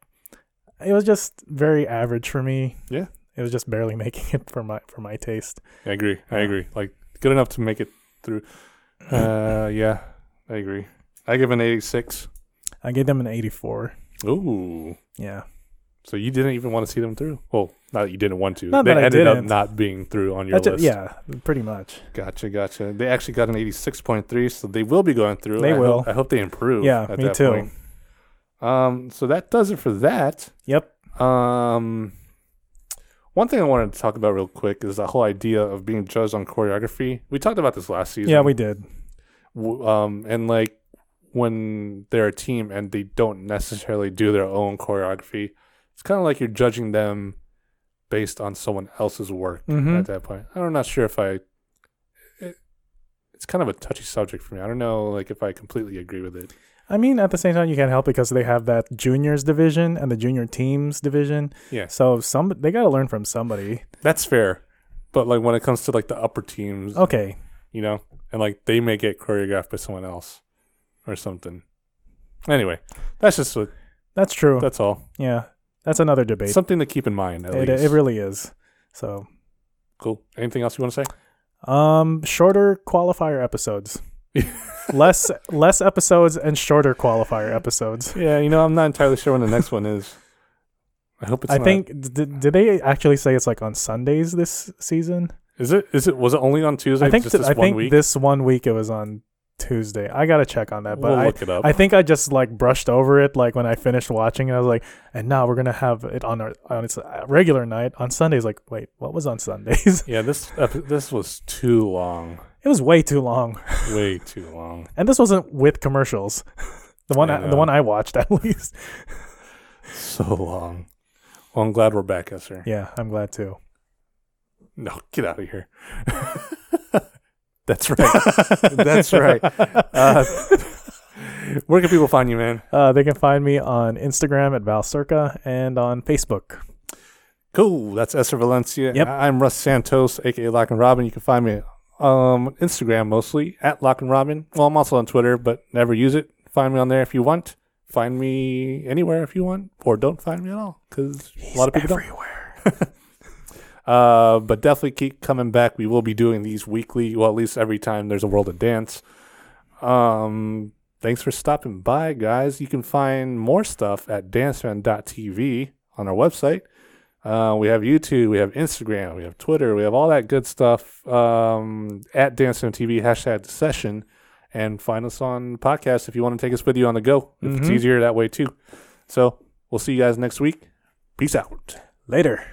it was just very average for me. Yeah. It was just barely making it for my for my taste. I agree. I agree. Like good enough to make it through. Uh, yeah, I agree. I give an eighty-six. I gave them an 84. Ooh. Yeah. So you didn't even want to see them through? Well, not that you didn't want to. Not they that I ended up didn't. not being through on your That's it- list. yeah, pretty much. Gotcha, gotcha. They actually got an 86.3, so they will be going through. They I will. Hope, I hope they improve. Yeah, at me that too. Point. Um, so that does it for that. Yep. Um, one thing I wanted to talk about real quick is the whole idea of being judged on choreography. We talked about this last season. Yeah, we did. W- um, and like when they're a team and they don't necessarily do their own choreography, it's kind of like you're judging them based on someone else's work Mhm. at that point. I'm not sure if I. It, it's kind of a touchy subject for me. I don't know, like if I completely agree with it. I mean, at the same time, you can't help because they have that juniors division and the junior teams division. Yeah. So some they got to learn from somebody. That's fair, but like when it comes to like the upper teams, Okay. you know, and like they may get choreographed by someone else or something. Anyway, that's just what, That's true. that's all. yeah. That's another debate. Something to keep in mind. At It, uh, least. it really is. So, cool. Anything else you want to say? um shorter qualifier episodes. less less episodes and shorter qualifier episodes. Yeah, you know, I'm not entirely sure when the next one is. I hope it's. I not. think d- did they actually say it's like on Sundays this season? is it is it was it only on Tuesday? I think just th- this I one think week. this one week it was on Tuesday. I gotta check on that, but we'll I, look it up. I think I just like brushed over it. Like when I finished watching it, I was like, and now we're gonna have it on our on its uh, regular night on Sundays. Like, wait, what was on Sundays? yeah, this epi- this was too long, it was way too long, way too long. and this wasn't with commercials. The one I I, the know. one I watched at least. So long. Well, I'm glad we're back, Esther. Yeah, I'm glad too. No, get out of here. That's right. That's right. Uh, where can people find you, man? Uh, they can find me on Instagram at Valcirca and on Facebook. Cool. That's Esther Valencia. Yep. And I'm Russ Santos, aka Lock and Robin. You can find me um Instagram mostly at Lock and Robin. Well, I'm also on Twitter, but never use it. Find me on there if you want. Find me anywhere if you want, or don't find me at all because a lot of people don't. everywhere. Uh, but definitely keep coming back. We will be doing these weekly, well, at least every time there's a world of dance. Um, thanks for stopping by, guys. You can find more stuff at dancefan.tv on our website. Uh, we have YouTube, we have Instagram, we have Twitter, we have all that good stuff. Um, at Dancefan TV, hashtag session, and find us on podcast if you want to take us with you on the go. If it's Mhm. easier that way too. So we'll see you guys next week. Peace out. Later.